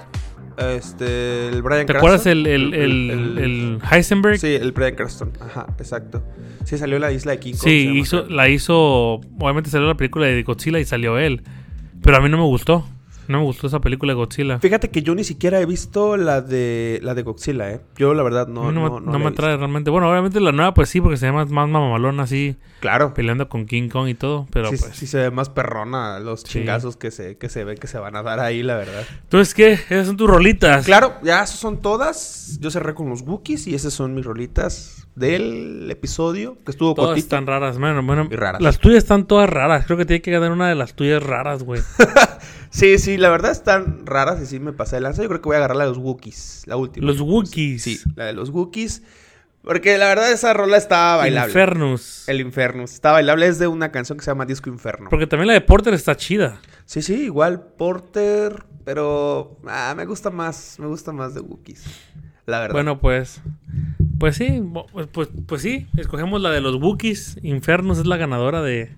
[SPEAKER 4] Este, el Brian
[SPEAKER 3] ¿Te acuerdas
[SPEAKER 4] Cranston?
[SPEAKER 3] el, el, el, el Heisenberg? Sí,
[SPEAKER 4] Sí, el Brian Cranston. Ajá, exacto. Sí, salió la isla de King Kong. se llama.
[SPEAKER 3] hizo, la hizo. Obviamente salió la película de Godzilla y salió él. Pero a mí no me gustó. No me gustó esa película de Godzilla.
[SPEAKER 4] Fíjate que yo ni siquiera he visto la de la de Godzilla, ¿eh? Yo la verdad
[SPEAKER 3] A
[SPEAKER 4] no
[SPEAKER 3] mí no,
[SPEAKER 4] no,
[SPEAKER 3] me,
[SPEAKER 4] no
[SPEAKER 3] no
[SPEAKER 4] la
[SPEAKER 3] me
[SPEAKER 4] he visto.
[SPEAKER 3] atrae realmente. Bueno, obviamente la nueva, pues sí, porque se llama más mamalona así,
[SPEAKER 4] Claro.
[SPEAKER 3] peleando con King Kong y todo. Pero
[SPEAKER 4] Sí,
[SPEAKER 3] pues.
[SPEAKER 4] sí se ve más perrona los
[SPEAKER 3] Sí.
[SPEAKER 4] chingazos que se que se ve que se van a dar ahí, la verdad.
[SPEAKER 3] Entonces, ¿qué? Esas son tus rolitas.
[SPEAKER 4] Claro, ya esas son todas. Yo cerré con los Wookiees y esas son mis rolitas del episodio que estuvo
[SPEAKER 3] Todas
[SPEAKER 4] cortito.
[SPEAKER 3] están raras, bueno, bueno,
[SPEAKER 4] Y raras.
[SPEAKER 3] las tuyas están todas raras. Creo que tiene que ganar una de las tuyas raras, güey.
[SPEAKER 4] Sí, sí, la verdad están raras y sí me pasé de lanza. Yo creo que voy a agarrar la de los Wookiees, la última.
[SPEAKER 3] Los Wookiees.
[SPEAKER 4] Sí, la de los Wookiees. Porque la verdad esa rola estaba bailable.
[SPEAKER 3] Infernus.
[SPEAKER 4] El Inferno. Está bailable. Es de una canción que se llama Disco Inferno.
[SPEAKER 3] Porque también la de Porter está chida.
[SPEAKER 4] Sí, sí, igual Porter. Pero ah, me gusta más. Me gusta más de Wookiees. La verdad.
[SPEAKER 3] Bueno, pues. Pues sí, bo- pues, pues, pues sí, escogemos la de los Wookiees. Infernus es la ganadora de,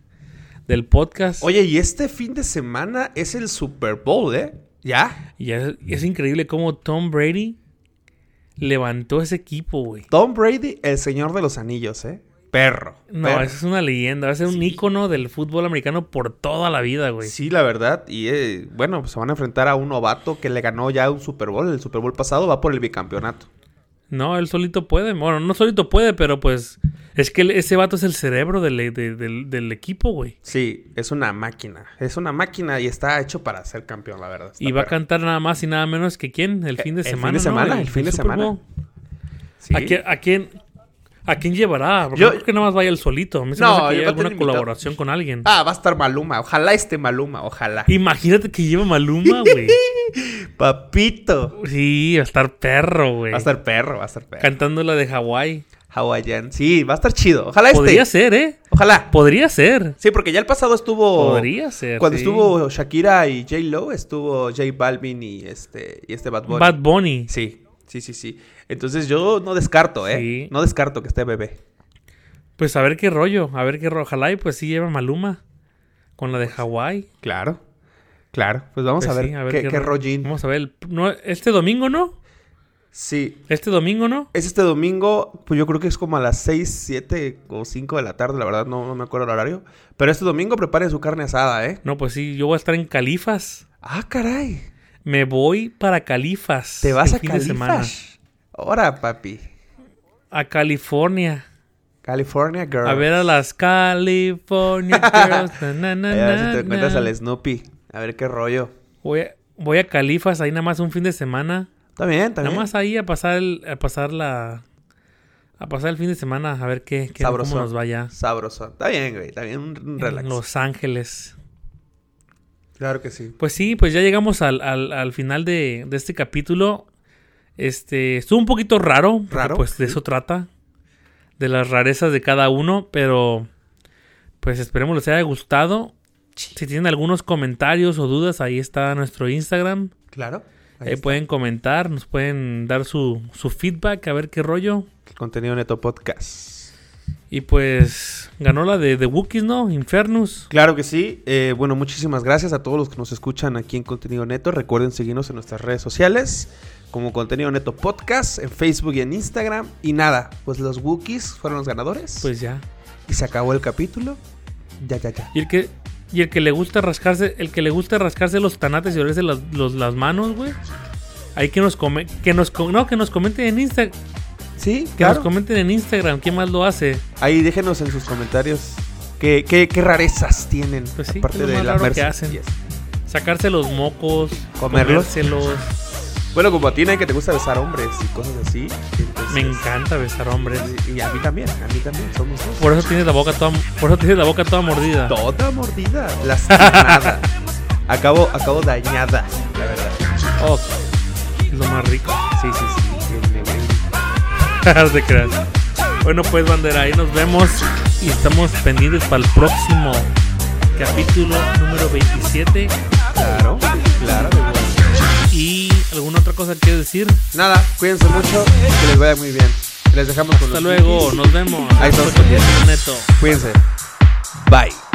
[SPEAKER 3] del podcast.
[SPEAKER 4] Oye, y este fin de semana es el Super Bowl, ¿eh? Ya.
[SPEAKER 3] Y es, y es increíble cómo Tom Brady levantó ese equipo, güey.
[SPEAKER 4] Tom Brady, el señor de los anillos, ¿eh? Perro.
[SPEAKER 3] No,
[SPEAKER 4] perro.
[SPEAKER 3] esa es una leyenda. Va a ser un ícono del fútbol americano por toda la vida, güey.
[SPEAKER 4] Sí, la verdad. Y eh, bueno, pues se van a enfrentar a un novato que le ganó ya un Super Bowl. El Super Bowl pasado va por el bicampeonato.
[SPEAKER 3] No, él solito puede. Bueno, no solito puede, pero pues. Es que él- ese vato es el cerebro del, de- del- del equipo, güey.
[SPEAKER 4] Sí, es una máquina. Es una máquina y está hecho para ser campeón, la verdad. Está
[SPEAKER 3] Y va a
[SPEAKER 4] perro. Eh,
[SPEAKER 3] cantar nada más y nada menos que quién? El fin de
[SPEAKER 4] el fin
[SPEAKER 3] semana.
[SPEAKER 4] de
[SPEAKER 3] ¿no?
[SPEAKER 4] semana,
[SPEAKER 3] Del-
[SPEAKER 4] el fin
[SPEAKER 3] del
[SPEAKER 4] de
[SPEAKER 3] Super
[SPEAKER 4] semana.
[SPEAKER 3] Bowl.
[SPEAKER 4] Sí.
[SPEAKER 3] ¿A quién, a quién, a quién llevará? Porque
[SPEAKER 4] Yo-
[SPEAKER 3] no creo que nada más vaya él solito. A mí se me
[SPEAKER 4] No,
[SPEAKER 3] hace que
[SPEAKER 4] yo
[SPEAKER 3] haya
[SPEAKER 4] va a tener
[SPEAKER 3] alguna
[SPEAKER 4] invitado.
[SPEAKER 3] colaboración con alguien.
[SPEAKER 4] Ah, va a estar Maluma. Ojalá esté Maluma, ojalá.
[SPEAKER 3] Imagínate que lleva
[SPEAKER 4] *laughs*
[SPEAKER 3] Maluma, güey.
[SPEAKER 4] Papito.
[SPEAKER 3] Sí, va a estar perro, güey.
[SPEAKER 4] Va a estar perro, va a estar perro.
[SPEAKER 3] Cantando la de Hawái.
[SPEAKER 4] Hawaiian. Sí, va a estar chido. Ojalá
[SPEAKER 3] Podría
[SPEAKER 4] esté.
[SPEAKER 3] ser, ¿eh?
[SPEAKER 4] Ojalá.
[SPEAKER 3] Podría ser.
[SPEAKER 4] Sí, porque ya el pasado estuvo.
[SPEAKER 3] Podría ser,
[SPEAKER 4] Cuando
[SPEAKER 3] sí.
[SPEAKER 4] estuvo Shakira y J. Lo, estuvo J Balvin y este, y este Bad Bunny.
[SPEAKER 3] Bad Bunny.
[SPEAKER 4] Sí, sí, sí, sí. Entonces yo no descarto, ¿eh?
[SPEAKER 3] Sí.
[SPEAKER 4] No descarto que esté bebé.
[SPEAKER 3] Pues a ver qué rollo, a ver qué rollo. Ojalá y pues sí lleva Maluma con la de Hawái.
[SPEAKER 4] Claro, claro. Pues vamos
[SPEAKER 3] Pues
[SPEAKER 4] Pues, a ver,
[SPEAKER 3] sí,
[SPEAKER 4] qué, qué
[SPEAKER 3] ro-
[SPEAKER 4] rollín.
[SPEAKER 3] Vamos a ver. el- no, este domingo, ¿no?
[SPEAKER 4] Sí.
[SPEAKER 3] Este domingo, ¿no?
[SPEAKER 4] Es este domingo, pues yo creo que es como a las 6, 7 o 5 de la tarde, la verdad no, no me acuerdo el horario. Pero este domingo preparen su carne asada, ¿eh?
[SPEAKER 3] No, pues sí, yo voy a estar en Califas.
[SPEAKER 4] Ah, caray.
[SPEAKER 3] Me voy para Califas.
[SPEAKER 4] Te vas
[SPEAKER 3] el
[SPEAKER 4] a Califas. Ahora, papi.
[SPEAKER 3] A California.
[SPEAKER 4] California Girl.
[SPEAKER 3] A ver a las
[SPEAKER 4] *laughs*
[SPEAKER 3] California Girls. na, na, na,
[SPEAKER 4] A ver si te
[SPEAKER 3] na,
[SPEAKER 4] encuentras
[SPEAKER 3] na.
[SPEAKER 4] al Snoopy. A ver qué rollo.
[SPEAKER 3] Voy a, voy a Califas ahí nada más un fin de semana.
[SPEAKER 4] Está bien, está
[SPEAKER 3] Nada
[SPEAKER 4] bien.
[SPEAKER 3] más ahí a pasar el, a pasar la a pasar el fin de semana a ver qué, qué cómo
[SPEAKER 4] Sabroso.
[SPEAKER 3] nos vaya.
[SPEAKER 4] Sabroso. Está bien, güey. Está bien. Un un relax.
[SPEAKER 3] En Los Ángeles.
[SPEAKER 4] Claro que sí.
[SPEAKER 3] Pues sí, pues ya llegamos al, al- al final de, de este capítulo. Este, estuvo un poquito raro. porque,
[SPEAKER 4] Raro,
[SPEAKER 3] Pues de
[SPEAKER 4] sí.
[SPEAKER 3] eso trata. De las rarezas de cada uno, pero pues esperemos les haya gustado. Si tienen algunos comentarios o dudas, ahí está nuestro Instagram.
[SPEAKER 4] Claro. Ahí
[SPEAKER 3] Ahí
[SPEAKER 4] está.
[SPEAKER 3] pueden comentar, nos pueden dar su, su feedback, a ver qué rollo.
[SPEAKER 4] Contenido neto podcast.
[SPEAKER 3] Y pues ganó la de The Wookiees, ¿no? Infernus.
[SPEAKER 4] Claro que sí. Eh, bueno, muchísimas gracias a todos los que nos escuchan aquí en Contenido Neto. Recuerden seguirnos en nuestras redes sociales como Contenido Neto Podcast, en Facebook y en Instagram. Y nada, pues los Wookiees fueron los ganadores.
[SPEAKER 3] Pues ya.
[SPEAKER 4] Y se acabó el capítulo. Ya, ya, ya.
[SPEAKER 3] Y el que, y el que le gusta rascarse, el que le gusta rascarse los tanates y olerse las, los- las manos, güey. Ahí que nos come, que nos co- no, que nos comenten en Insta, que
[SPEAKER 4] Sí,
[SPEAKER 3] nos
[SPEAKER 4] claro.
[SPEAKER 3] comenten en Instagram, ¿quién más lo hace?
[SPEAKER 4] Ahí déjenos en sus comentarios qué, qué- qué rarezas tienen.
[SPEAKER 3] Pues sí,
[SPEAKER 4] aparte
[SPEAKER 3] es lo
[SPEAKER 4] de
[SPEAKER 3] más
[SPEAKER 4] la
[SPEAKER 3] raro que
[SPEAKER 4] merced.
[SPEAKER 3] hacen.
[SPEAKER 4] Yes.
[SPEAKER 3] Sacarse los mocos,
[SPEAKER 4] Comerlos.
[SPEAKER 3] comérselos.
[SPEAKER 4] Bueno, como a ti, Nay, que te gusta besar hombres y cosas así. entonces-
[SPEAKER 3] Me encanta besar hombres.
[SPEAKER 4] Y y a mí también, a mí también. Somos dos.
[SPEAKER 3] Por eso tienes la boca toda, por eso tienes la boca toda mordida.
[SPEAKER 4] Toda mordida, lastimada. acabo, acabo dañada, la verdad.
[SPEAKER 3] Oh, es lo más rico.
[SPEAKER 4] Sí,
[SPEAKER 3] *laughs*
[SPEAKER 4] sí, sí. bien, bien, bien.
[SPEAKER 3] No te creas. Bueno, pues, bandera, ahí nos vemos y estamos pendientes para el próximo capítulo número 27.
[SPEAKER 4] Claro, claro. mi amor.
[SPEAKER 3] ¿Y alguna otra cosa que quieres decir?
[SPEAKER 4] Nada, cuídense mucho, que les vaya muy bien. Les dejamos con
[SPEAKER 3] Hasta
[SPEAKER 4] los
[SPEAKER 3] luego,
[SPEAKER 4] cookies.
[SPEAKER 3] nos vemos.
[SPEAKER 4] Ahí
[SPEAKER 3] Esto
[SPEAKER 4] estamos
[SPEAKER 3] fue
[SPEAKER 4] pendientes.
[SPEAKER 3] Contenido Neto.
[SPEAKER 4] Cuídense. Bye.